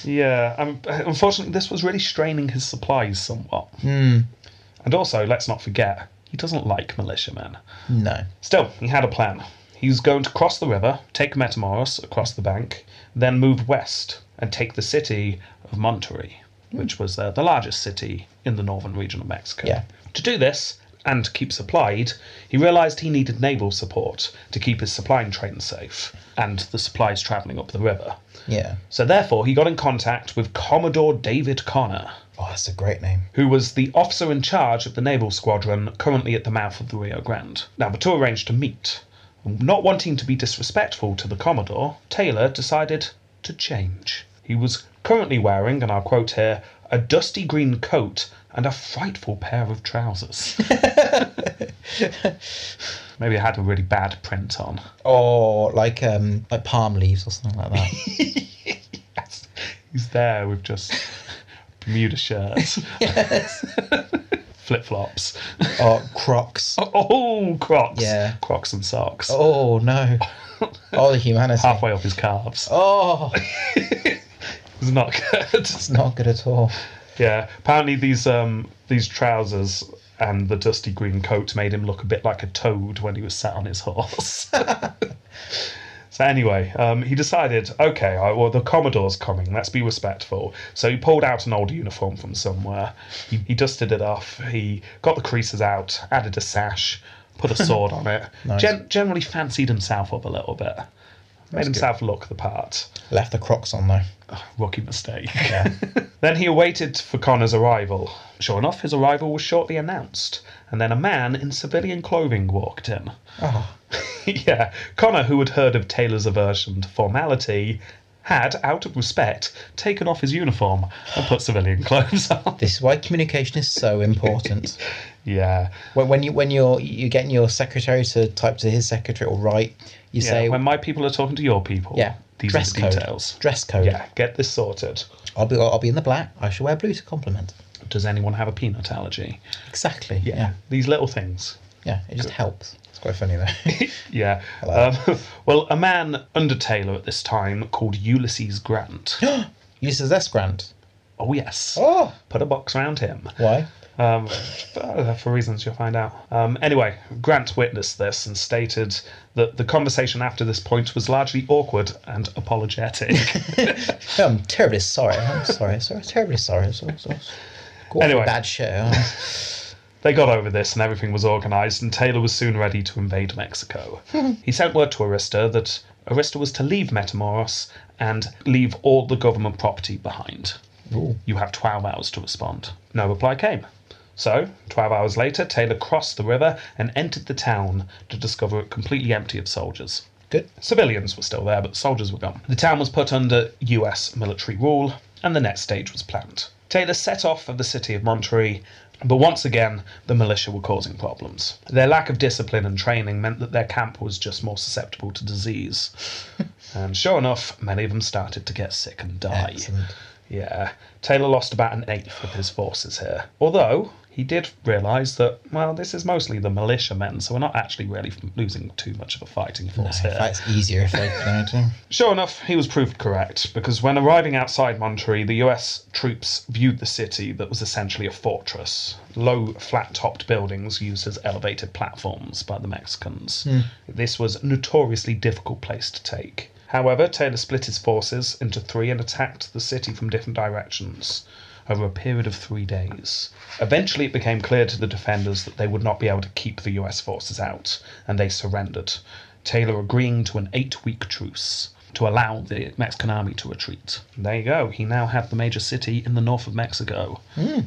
[SPEAKER 3] Yeah, um, unfortunately, this was really straining his supplies somewhat. And also, let's not forget, he doesn't like militiamen.
[SPEAKER 2] No.
[SPEAKER 3] Still, he had a plan. He was going to cross the river, take Metamoros across the bank, then move west and take the city of Monterrey, which was uh, the largest city in the northern region of Mexico.
[SPEAKER 2] Yeah.
[SPEAKER 3] To do this, and to keep supplied, he realised he needed naval support to keep his supplying train safe and the supplies travelling up the river.
[SPEAKER 2] Yeah.
[SPEAKER 3] So therefore, he got in contact with Commodore David Connor,
[SPEAKER 2] Oh, that's a great name.
[SPEAKER 3] who was the officer in charge of the naval squadron currently at the mouth of the Rio Grande. Now, the two arranged to meet. Not wanting to be disrespectful to the Commodore, Taylor decided to change. He was currently wearing, and I'll quote here, a dusty green coat and a frightful pair of trousers. Maybe it had a really bad print on.
[SPEAKER 2] Or like um like palm leaves or something like that.
[SPEAKER 3] Yes. He's there with just Bermuda shirts,
[SPEAKER 2] yes.
[SPEAKER 3] flip flops.
[SPEAKER 2] Or crocs.
[SPEAKER 3] Oh, Crocs.
[SPEAKER 2] Yeah.
[SPEAKER 3] Crocs and socks.
[SPEAKER 2] Oh no. Oh the humanity.
[SPEAKER 3] Halfway up his calves.
[SPEAKER 2] Oh
[SPEAKER 3] It's not good.
[SPEAKER 2] it's not good at all.
[SPEAKER 3] Yeah. Apparently these um these trousers and the dusty green coat made him look a bit like a toad when he was sat on his horse. so anyway, um, he decided, okay, I, well the Commodore's coming. Let's be respectful. So he pulled out an old uniform from somewhere. He, he dusted it off. He got the creases out, added a sash, put a sword on it.
[SPEAKER 2] Nice.
[SPEAKER 3] Gen- generally fancied himself up a little bit. Made himself look the part.
[SPEAKER 2] Left the crocs on though.
[SPEAKER 3] Rookie mistake.
[SPEAKER 2] Yeah.
[SPEAKER 3] Then he awaited for Connor's arrival. Sure enough, his arrival was shortly announced, and then a man in civilian clothing walked in.
[SPEAKER 2] Oh.
[SPEAKER 3] yeah, Connor, who had heard of Taylor's aversion to formality, had, out of respect, taken off his uniform and put civilian clothes on.
[SPEAKER 2] This is why communication is so important.
[SPEAKER 3] Yeah.
[SPEAKER 2] when, when you when you're you're getting your secretary to type to his secretary or write, you
[SPEAKER 3] yeah
[SPEAKER 2] say
[SPEAKER 3] when my people are talking to your people,
[SPEAKER 2] yeah
[SPEAKER 3] these
[SPEAKER 2] dress
[SPEAKER 3] are the
[SPEAKER 2] code
[SPEAKER 3] details.
[SPEAKER 2] dress code.
[SPEAKER 3] Yeah, get this sorted.
[SPEAKER 2] I'll be I'll be in the black. I shall wear blue to compliment.
[SPEAKER 3] Does anyone have a peanut allergy?
[SPEAKER 2] Exactly.
[SPEAKER 3] Yeah.
[SPEAKER 2] Yeah.
[SPEAKER 3] These little things.
[SPEAKER 2] Yeah. It just helps. It's quite funny though.
[SPEAKER 3] Yeah. Um, well, a man under Taylor at this time called Ulysses Grant.
[SPEAKER 2] Uses S Grant.
[SPEAKER 3] oh, yes.
[SPEAKER 2] Oh.
[SPEAKER 3] Put a box round him.
[SPEAKER 2] Why?
[SPEAKER 3] Um, for for reasons you'll find out. Um, anyway, Grant witnessed this and stated that the conversation after this point was largely awkward and apologetic.
[SPEAKER 2] No, I'm terribly sorry. I'm sorry. Sorry. Terribly sorry. sorry, sorry. Go off
[SPEAKER 3] Anyway.
[SPEAKER 2] a Bad show.
[SPEAKER 3] They got over this and everything was organised, and Taylor was soon ready to invade Mexico. he sent word to Arista that Arista was to leave Metamoros and leave all the government property behind.
[SPEAKER 2] Ooh.
[SPEAKER 3] You have 12 hours to respond. No reply came. So, 12 hours later, Taylor crossed the river and entered the town to discover it completely empty of soldiers.
[SPEAKER 2] Good.
[SPEAKER 3] Civilians were still there, but the soldiers were gone. The town was put under US military rule, and the next stage was planned. Taylor set off for the city of Monterey, but once again, the militia were causing problems. Their lack of discipline and training meant that their camp was just more susceptible to disease. and sure enough, many of them started to get sick and die.
[SPEAKER 2] Excellent.
[SPEAKER 3] Yeah, Taylor lost about an eighth of his forces here. Although he did realise that, well, this is mostly the militiamen, so we're not actually really losing too much of a fighting force
[SPEAKER 2] In
[SPEAKER 3] here.
[SPEAKER 2] fact, it's easier if they don't. know.
[SPEAKER 3] Sure enough, he was proved correct, because when arriving outside Monterey, the US troops viewed the city that was essentially a fortress. Low, flat topped buildings used as elevated platforms by the Mexicans. This was a notoriously difficult place to take. However, Taylor split his forces into three and attacked the city from different directions over a period of three days. Eventually, it became clear to the defenders that they would not be able to keep the US forces out, and they surrendered. Taylor agreeing to an eight week truce to allow the Mexican army to retreat. There you go, he now had the major city in the north of Mexico. Yeah,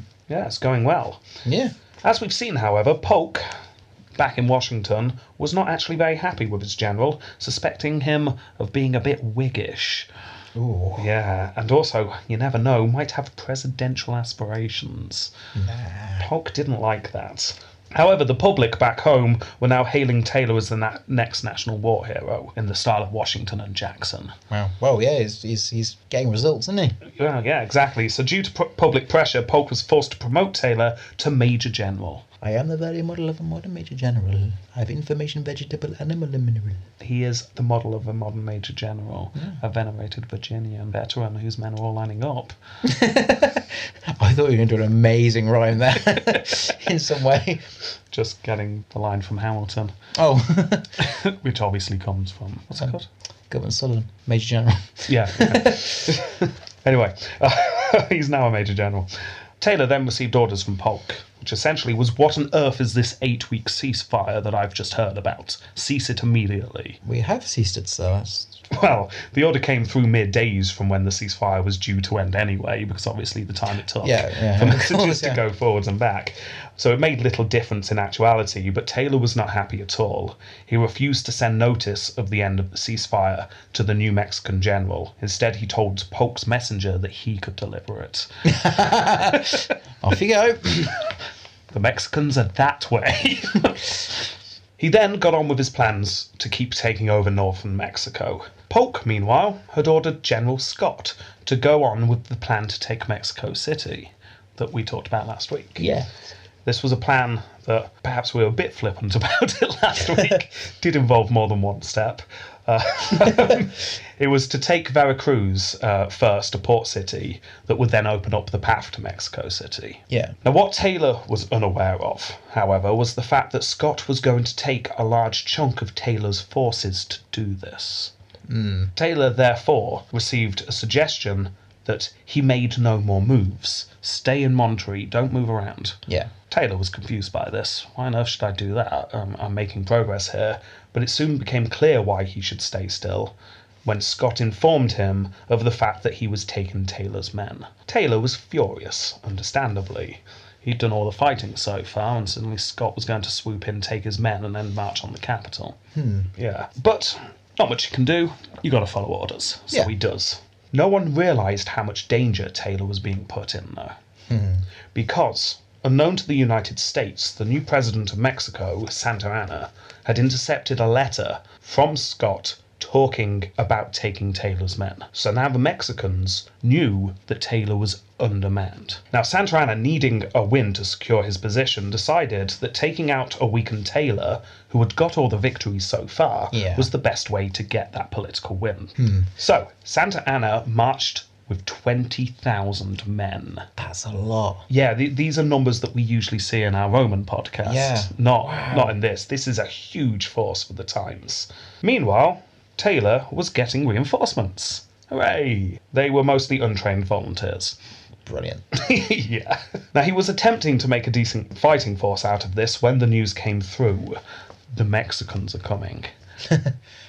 [SPEAKER 3] it's going well.
[SPEAKER 2] Yeah.
[SPEAKER 3] As we've seen, however, Polk, back in Washington, was not actually very happy with his general, suspecting him of being a bit Whiggish.
[SPEAKER 2] Ooh.
[SPEAKER 3] Yeah, and also, you never know, might have presidential aspirations. Polk didn't like that. However, the public back home were now hailing Taylor as the na- next national war hero, in the style of Washington and Jackson.
[SPEAKER 2] Wow. Well, yeah. He's, he's he's getting results, isn't he?
[SPEAKER 3] Well, yeah, exactly. So, due to pu- public pressure, Polk was forced to promote Taylor to Major General.
[SPEAKER 2] I am the very model of a modern major general. I have information, vegetable, animal, and mineral.
[SPEAKER 3] He is the model of a modern Major General, a venerated Virginian veteran whose men are all lining up.
[SPEAKER 2] I thought you were going to do an amazing rhyme there in some way.
[SPEAKER 3] Just getting the line from Hamilton,
[SPEAKER 2] Oh,
[SPEAKER 3] which obviously comes from. What's that called?
[SPEAKER 2] Governor Sullivan, Major General.
[SPEAKER 3] Yeah. okay. anyway, he's now a major general. Taylor then received orders from Polk, which essentially was what on earth is this eight week ceasefire that I've just heard about? Cease it immediately.
[SPEAKER 2] We have ceased it, so that's.
[SPEAKER 3] Well, the order came through mere days from when the ceasefire was due to end anyway, because obviously the time it took
[SPEAKER 2] Yeah, yeah,
[SPEAKER 3] for
[SPEAKER 2] of
[SPEAKER 3] messages
[SPEAKER 2] course,
[SPEAKER 3] to
[SPEAKER 2] yeah.
[SPEAKER 3] go forwards and back. So it made little difference in actuality, but Taylor was not happy at all. He refused to send notice of the end of the ceasefire to the new Mexican general. Instead, he told Polk's messenger that he could deliver it.
[SPEAKER 2] Off you go.
[SPEAKER 3] The Mexicans are that way. He then got on with his plans to keep taking over northern Mexico. Polk, meanwhile, had ordered General Scott to go on with the plan to take Mexico City that we talked about last week.
[SPEAKER 2] Yeah.
[SPEAKER 3] This was a plan that perhaps we were a bit flippant about it last week. Did involve more than one step. Uh, it was to take Veracruz uh, first, a port city, that would then open up the path to Mexico City.
[SPEAKER 2] Yeah.
[SPEAKER 3] Now, what Taylor was unaware of, however, was the fact that Scott was going to take a large chunk of Taylor's forces to do this.
[SPEAKER 2] Hmm.
[SPEAKER 3] Taylor, therefore, received a suggestion that he made no more moves. Stay in Monterey, don't move around.
[SPEAKER 2] Yeah.
[SPEAKER 3] Taylor was confused by this. Why on earth should I do that? Um, I'm making progress here. But it soon became clear why he should stay still when Scott informed him of the fact that he was taking Taylor's men. Taylor was furious, understandably. He'd done all the fighting so far, and suddenly Scott was going to swoop in, take his men, and then march on the capital. Yeah. But not much you can do. you got to follow orders. So
[SPEAKER 2] Yeah.
[SPEAKER 3] he does. No one realised how much danger Taylor was being put in, though because, unknown to the United States, the new president of Mexico, Santa Anna, had intercepted a letter from Scott talking about taking Taylor's men. So now the Mexicans knew that Taylor was undermanned. Now, Santa Anna, needing a win to secure his position, decided that taking out a weakened Taylor, who had got all the victories so far,
[SPEAKER 2] Yeah.
[SPEAKER 3] was the best way to get that political win. So, Santa Anna marched with 20,000 men.
[SPEAKER 2] That's a lot.
[SPEAKER 3] Yeah, th- these are numbers that we usually see in our Roman podcast.
[SPEAKER 2] Yeah.
[SPEAKER 3] Not not in this. This is a huge force for the times. Meanwhile, Taylor was getting reinforcements. Hooray! They were mostly untrained volunteers.
[SPEAKER 2] Brilliant.
[SPEAKER 3] yeah. Now he was attempting to make a decent fighting force out of this when the news came through. The Mexicans are coming.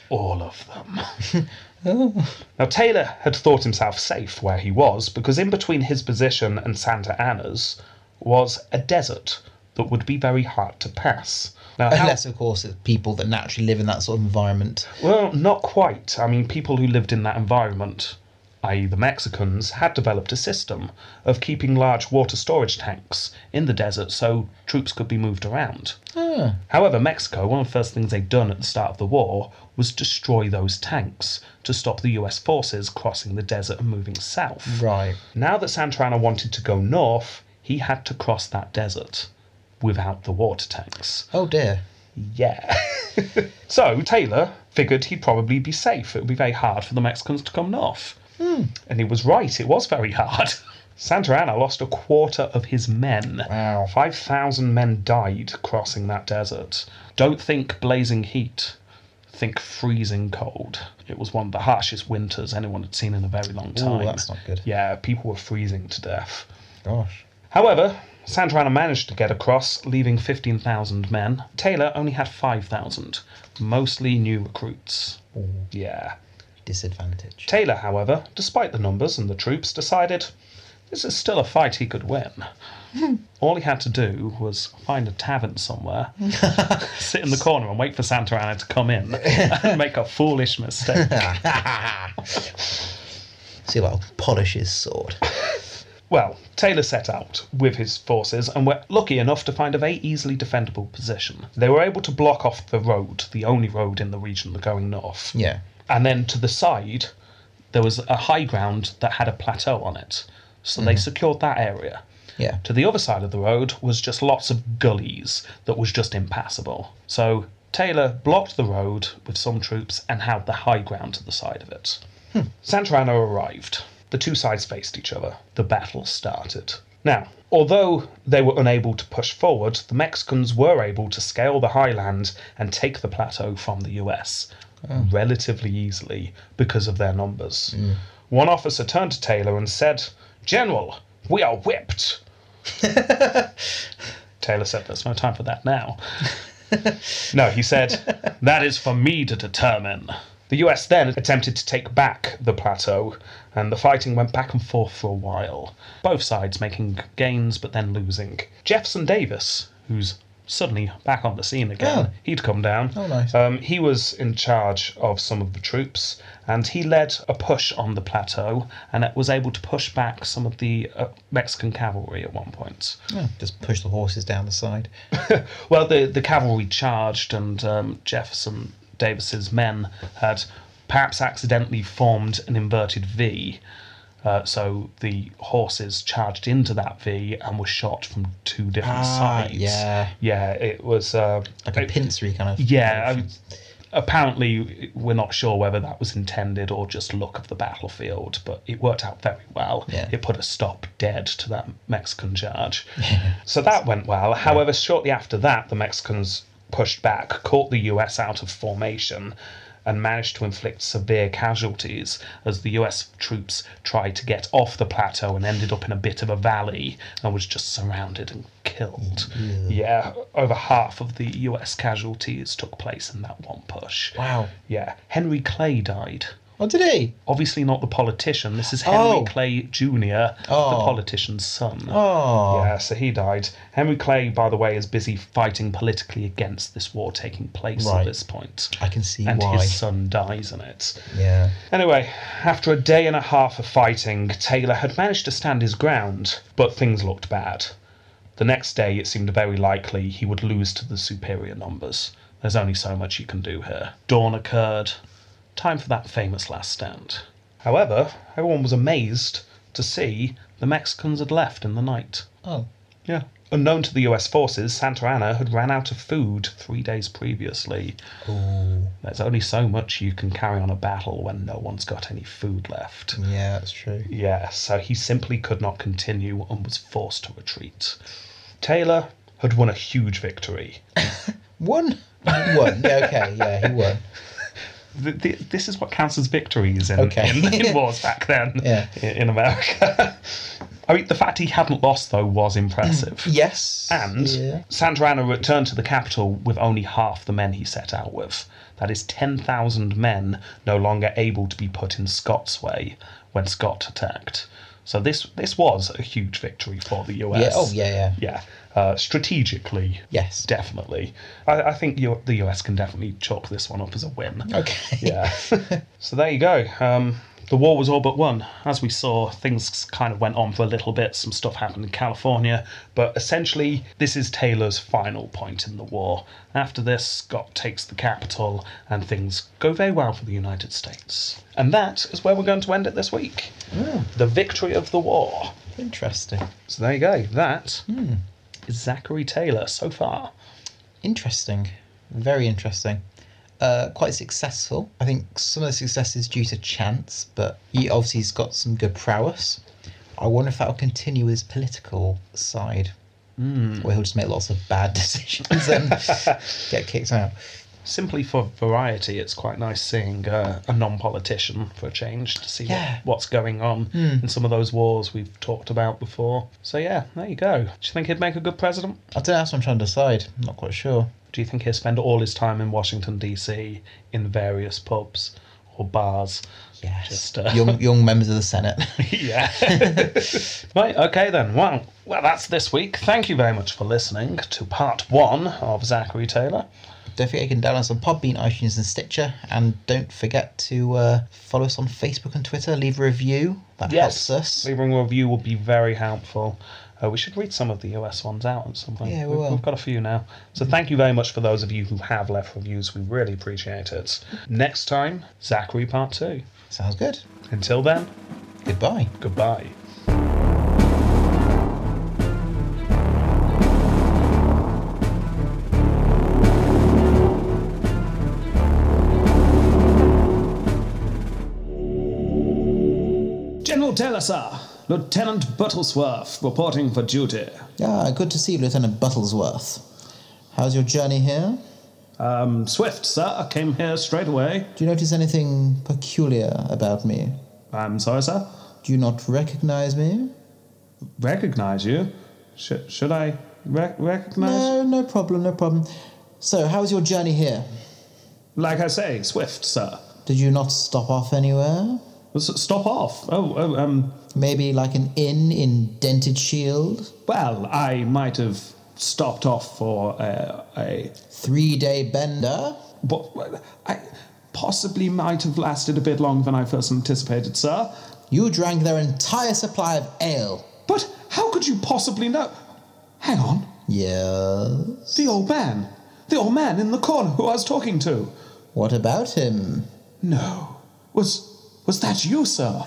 [SPEAKER 3] All of them. Now, Taylor had thought himself safe where he was because in between his position and Santa Anna's was a desert that would be very hard to pass. Now, how-
[SPEAKER 2] Unless, of course, it's people that naturally live in that sort of environment.
[SPEAKER 3] well, not quite. I mean, people who lived in that environment, i.e., the Mexicans, had developed a system of keeping large water storage tanks in the desert so troops could be moved around. However, Mexico, one of the first things they'd done at the start of the war was destroy those tanks to stop the US forces crossing the desert and moving south.
[SPEAKER 2] Right.
[SPEAKER 3] Now that Santana wanted to go north, he had to cross that desert without the water tanks.
[SPEAKER 2] Oh dear.
[SPEAKER 3] Yeah. so Taylor figured he'd probably be safe. It would be very hard for the Mexicans to come north.
[SPEAKER 2] Hmm.
[SPEAKER 3] And he was right, it was very hard. Santa Anna lost a quarter of his men.
[SPEAKER 2] Wow.
[SPEAKER 3] 5,000 men died crossing that desert. Don't think blazing heat, think freezing cold. It was one of the harshest winters anyone had seen in a very long time.
[SPEAKER 2] that's not good.
[SPEAKER 3] Yeah, people were freezing to death.
[SPEAKER 2] Gosh.
[SPEAKER 3] However, Santa Anna managed to get across, leaving 15,000 men. Taylor only had 5,000, mostly new recruits. Yeah.
[SPEAKER 2] Disadvantage.
[SPEAKER 3] Taylor, however, despite the numbers and the troops, decided this is still a fight he could win. All he had to do was find a tavern somewhere, sit in the corner and wait for Santa Anna to come in and make a foolish mistake.
[SPEAKER 2] See what I'll polish his sword.
[SPEAKER 3] Well, Taylor set out with his forces and were lucky enough to find a very easily defendable position. They were able to block off the road, the only road in the region going north.
[SPEAKER 2] Yeah.
[SPEAKER 3] And then to the side, there was a high ground that had a plateau on it. So they secured that area.
[SPEAKER 2] Yeah.
[SPEAKER 3] To the other side of the road was just lots of gullies that was just impassable. So Taylor blocked the road with some troops and held the high ground to the side of it. Santa Anna arrived. The two sides faced each other. The battle started. Now, although they were unable to push forward, the Mexicans were able to scale the highland and take the plateau from the US relatively easily because of their numbers. One officer turned to Taylor and said, General, we are whipped. Taylor said, There's no time for that now. No, he said, that is for me to determine. The US then attempted to take back the plateau, and the fighting went back and forth for a while. Both sides making gains but then losing. Jefferson Davis, who's suddenly back on the scene again.
[SPEAKER 2] Oh.
[SPEAKER 3] He'd come down.
[SPEAKER 2] Oh, nice.
[SPEAKER 3] Um, he was in charge of some of the troops, and he led a push on the plateau, and it was able to push back some of the uh, Mexican cavalry at one point.
[SPEAKER 2] Oh, just push the horses down the side.
[SPEAKER 3] Well, the, the cavalry charged, and um, Jefferson Davis's men had perhaps accidentally formed an inverted V. Uh, so the horses charged into that V and were shot from two different
[SPEAKER 2] Ah,
[SPEAKER 3] sides.
[SPEAKER 2] yeah.
[SPEAKER 3] yeah, it was uh,
[SPEAKER 2] Like a
[SPEAKER 3] it-
[SPEAKER 2] pincery kind of.
[SPEAKER 3] Yeah, I mean, apparently we're not sure whether that was intended or just luck of the battlefield, but it worked out very well.
[SPEAKER 2] Yeah.
[SPEAKER 3] It put a stop dead to that Mexican charge. so that went well. However, shortly after that, the Mexicans pushed back, caught the US out of formation. And managed to inflict severe casualties as the US troops tried to get off the plateau and ended up in a bit of a valley and was just surrounded and killed. Yeah, over half of the US casualties took place in that one push.
[SPEAKER 2] Wow.
[SPEAKER 3] Yeah, Henry Clay died.
[SPEAKER 2] Oh, did he?
[SPEAKER 3] Obviously, not the politician. This is Henry
[SPEAKER 2] Oh.
[SPEAKER 3] Clay Jr., the
[SPEAKER 2] Oh.
[SPEAKER 3] politician's son.
[SPEAKER 2] Oh.
[SPEAKER 3] Yeah, so he died. Henry Clay, by the way, is busy fighting politically against this war taking place
[SPEAKER 2] Right.
[SPEAKER 3] at this point.
[SPEAKER 2] I can see
[SPEAKER 3] And
[SPEAKER 2] why.
[SPEAKER 3] his son dies in it.
[SPEAKER 2] Yeah.
[SPEAKER 3] Anyway, after a day and a half of fighting, Taylor had managed to stand his ground, but things looked bad. The next day, it seemed very likely he would lose to the superior numbers. There's only so much you can do here. Dawn occurred. Time for that famous last stand. However, everyone was amazed to see the Mexicans had left in the night.
[SPEAKER 2] Oh.
[SPEAKER 3] Yeah. Unknown to the US forces, Santa Anna had ran out of food three days previously.
[SPEAKER 2] Ooh.
[SPEAKER 3] There's only so much you can carry on a battle when no one's got any food left.
[SPEAKER 2] Yeah, that's true.
[SPEAKER 3] Yeah, so he simply could not continue and was forced to retreat. Taylor had won a huge victory.
[SPEAKER 2] One. He won. Yeah, okay. Yeah, he won.
[SPEAKER 3] Th- th- This is what counts as victories in,
[SPEAKER 2] Okay.
[SPEAKER 3] in, in wars back then
[SPEAKER 2] Yeah.
[SPEAKER 3] i- in America. I mean, the fact he hadn't lost, though, was impressive.
[SPEAKER 2] Yes.
[SPEAKER 3] And
[SPEAKER 2] Yeah.
[SPEAKER 3] Santa Anna returned to the capital with only half the men he set out with. That is 10,000 men no longer able to be put in Scott's way when Scott attacked. So this this was a huge victory for the US.
[SPEAKER 2] Yeah. Oh, yeah, yeah.
[SPEAKER 3] Yeah. Uh, strategically,
[SPEAKER 2] Yes.
[SPEAKER 3] definitely. I, I think you the US can definitely chalk this one up as a win.
[SPEAKER 2] Okay.
[SPEAKER 3] Yeah. so there you go. Um, the war was all but won. As we saw, things kind of went on for a little bit. Some stuff happened in California, but essentially, this is Taylor's final point in the war. After this, Scott takes the capital, and things go very well for the United States. And that is where we're going to end it this week. The victory of the war.
[SPEAKER 2] Interesting.
[SPEAKER 3] So there you go. That is Zachary Taylor so far.
[SPEAKER 2] Interesting. Very interesting. Uh, quite successful. I think some of the success is due to chance, but he obviously has got some good prowess. I wonder if that'll continue his political side, where he'll just make lots of bad decisions and get kicked out.
[SPEAKER 3] simply for variety, it's quite nice seeing uh, a non-politician for a change to see
[SPEAKER 2] Yeah.
[SPEAKER 3] what, what's going on in some of those wars we've talked about before. So yeah, there you go. Do you think he'd make a good president?
[SPEAKER 2] I don't know, that's what I'm trying to decide. I'm not quite sure.
[SPEAKER 3] Do you think he'd spend all his time in Washington D.C. in various pubs or bars?
[SPEAKER 2] Yes.
[SPEAKER 3] Just, uh,
[SPEAKER 2] Young, young members of the Senate.
[SPEAKER 3] yeah. right, okay then. Well, well, that's this week. Thank you very much for listening to part one of Zachary Taylor.
[SPEAKER 2] don't forget you can download us on Podbean, iTunes, and Stitcher. And don't forget to uh, follow us on Facebook and Twitter. Leave a review. That helps us.
[SPEAKER 3] Leaving a review would be very helpful. Uh, we should read some of the US ones out at some point.
[SPEAKER 2] Yeah, we
[SPEAKER 3] have
[SPEAKER 2] will.
[SPEAKER 3] We've got a few now. So thank you very much for those of you who have left reviews. We really appreciate it. Next time, Zachary Part 2.
[SPEAKER 2] Sounds good.
[SPEAKER 3] Until then,
[SPEAKER 2] Goodbye.
[SPEAKER 3] goodbye.
[SPEAKER 4] General Telesar, Lieutenant Buttlesworth reporting for duty.
[SPEAKER 2] Ah, good to see you, Lieutenant Buttlesworth. How's your journey here?
[SPEAKER 4] Um, swift, sir, I came here straight away.
[SPEAKER 2] Do you notice anything peculiar about me?
[SPEAKER 4] I'm sorry, sir.
[SPEAKER 2] Do you not recognize me?
[SPEAKER 4] Recognize you? Sh- should I rec- recognize?
[SPEAKER 2] No, no problem, no problem. So, how's your journey here?
[SPEAKER 4] Like I say, swift, sir.
[SPEAKER 2] Did you not stop off anywhere?
[SPEAKER 4] S- stop off. Oh, oh, um,
[SPEAKER 2] Maybe like an inn in Dented Shield?
[SPEAKER 4] well, I might have stopped off for a, a
[SPEAKER 2] Three day bender.
[SPEAKER 4] what what- I possibly might have lasted a bit longer than I first anticipated, sir.
[SPEAKER 2] You drank their entire supply of ale.
[SPEAKER 4] But how could you possibly know? Hang on,
[SPEAKER 2] Yes.
[SPEAKER 4] the old man, the old man in the corner who I was talking to.
[SPEAKER 2] What about him?
[SPEAKER 4] No, was was that you, sir?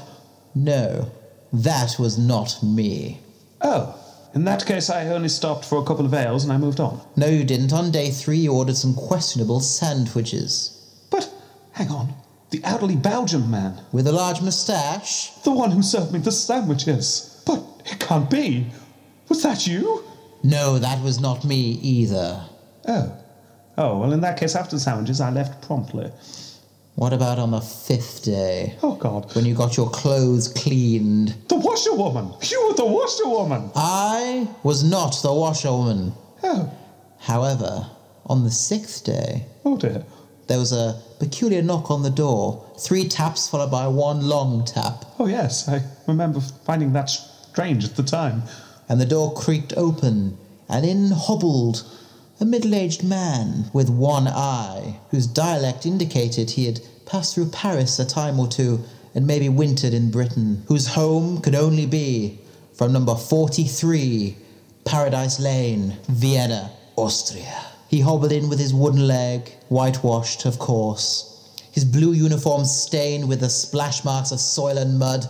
[SPEAKER 2] No, that was not me.
[SPEAKER 4] Oh, in that case, I only stopped for a couple of ales and I moved on.
[SPEAKER 2] No, you didn't. On day three, you ordered some questionable sandwiches.
[SPEAKER 4] But hang on, the elderly Belgian man,
[SPEAKER 2] With a large moustache?
[SPEAKER 4] the one who served me the sandwiches. But it can't be. Was that you?
[SPEAKER 2] No, that was not me either.
[SPEAKER 4] Oh. Oh, well, in that case, after the sandwiches, I left promptly.
[SPEAKER 2] What about on the fifth day?
[SPEAKER 4] Oh, God.
[SPEAKER 2] When you got your clothes cleaned?
[SPEAKER 4] The washerwoman! You were the washerwoman!
[SPEAKER 2] I was not the washerwoman.
[SPEAKER 4] Oh,
[SPEAKER 2] However, on the sixth day,
[SPEAKER 4] oh dear.
[SPEAKER 2] there was a peculiar knock on the door. Three taps followed by one long tap,
[SPEAKER 4] Oh, yes, I remember finding that strange at the time.
[SPEAKER 2] and the door creaked open, and in hobbled a middle aged man with one eye, whose dialect indicated he had passed through Paris a time or two and maybe wintered in Britain, whose home could only be from number 43, Paradise Lane, Vienna, Austria. He hobbled in with his wooden leg, whitewashed, of course, his blue uniform stained with the splash marks of soil and mud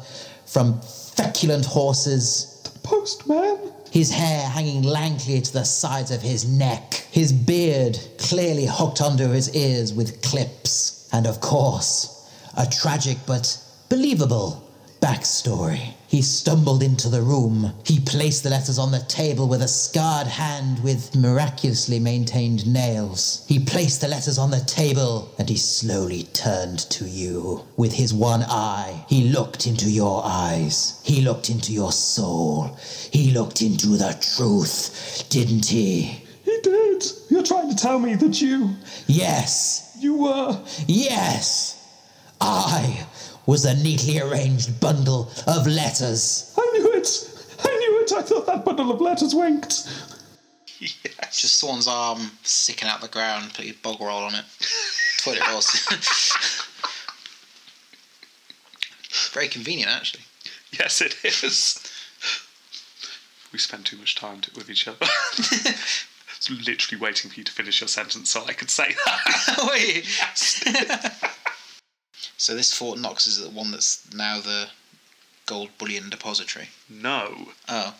[SPEAKER 2] from feculent horses
[SPEAKER 4] The postman?
[SPEAKER 2] his hair hanging lankly to the sides of his neck, his beard clearly hooked under his ears with clips, and of course, a tragic but believable backstory. He stumbled into the room. He placed the letters on the table with a scarred hand with miraculously maintained nails. He placed the letters on the table and he slowly turned to you. With his one eye, he looked into your eyes. He looked into your soul. He looked into the truth, didn't he?
[SPEAKER 4] He did! You're trying to tell me that you.
[SPEAKER 2] Yes,
[SPEAKER 4] You were.
[SPEAKER 2] yes, I was the neatly arranged bundle of letters.
[SPEAKER 4] I knew it! I knew it! I thought that bundle of letters winked!
[SPEAKER 5] Just Swan's arm sticking out the ground. Put your bog roll on it. Toilet rolls. Very convenient, actually.
[SPEAKER 6] Yes, it is. We spend too much time t with each other. It's literally waiting for you to finish your sentence so I could say that.
[SPEAKER 5] Wait. so this Fort Knox is the one that's now the gold bullion depository.
[SPEAKER 6] No,
[SPEAKER 5] Oh,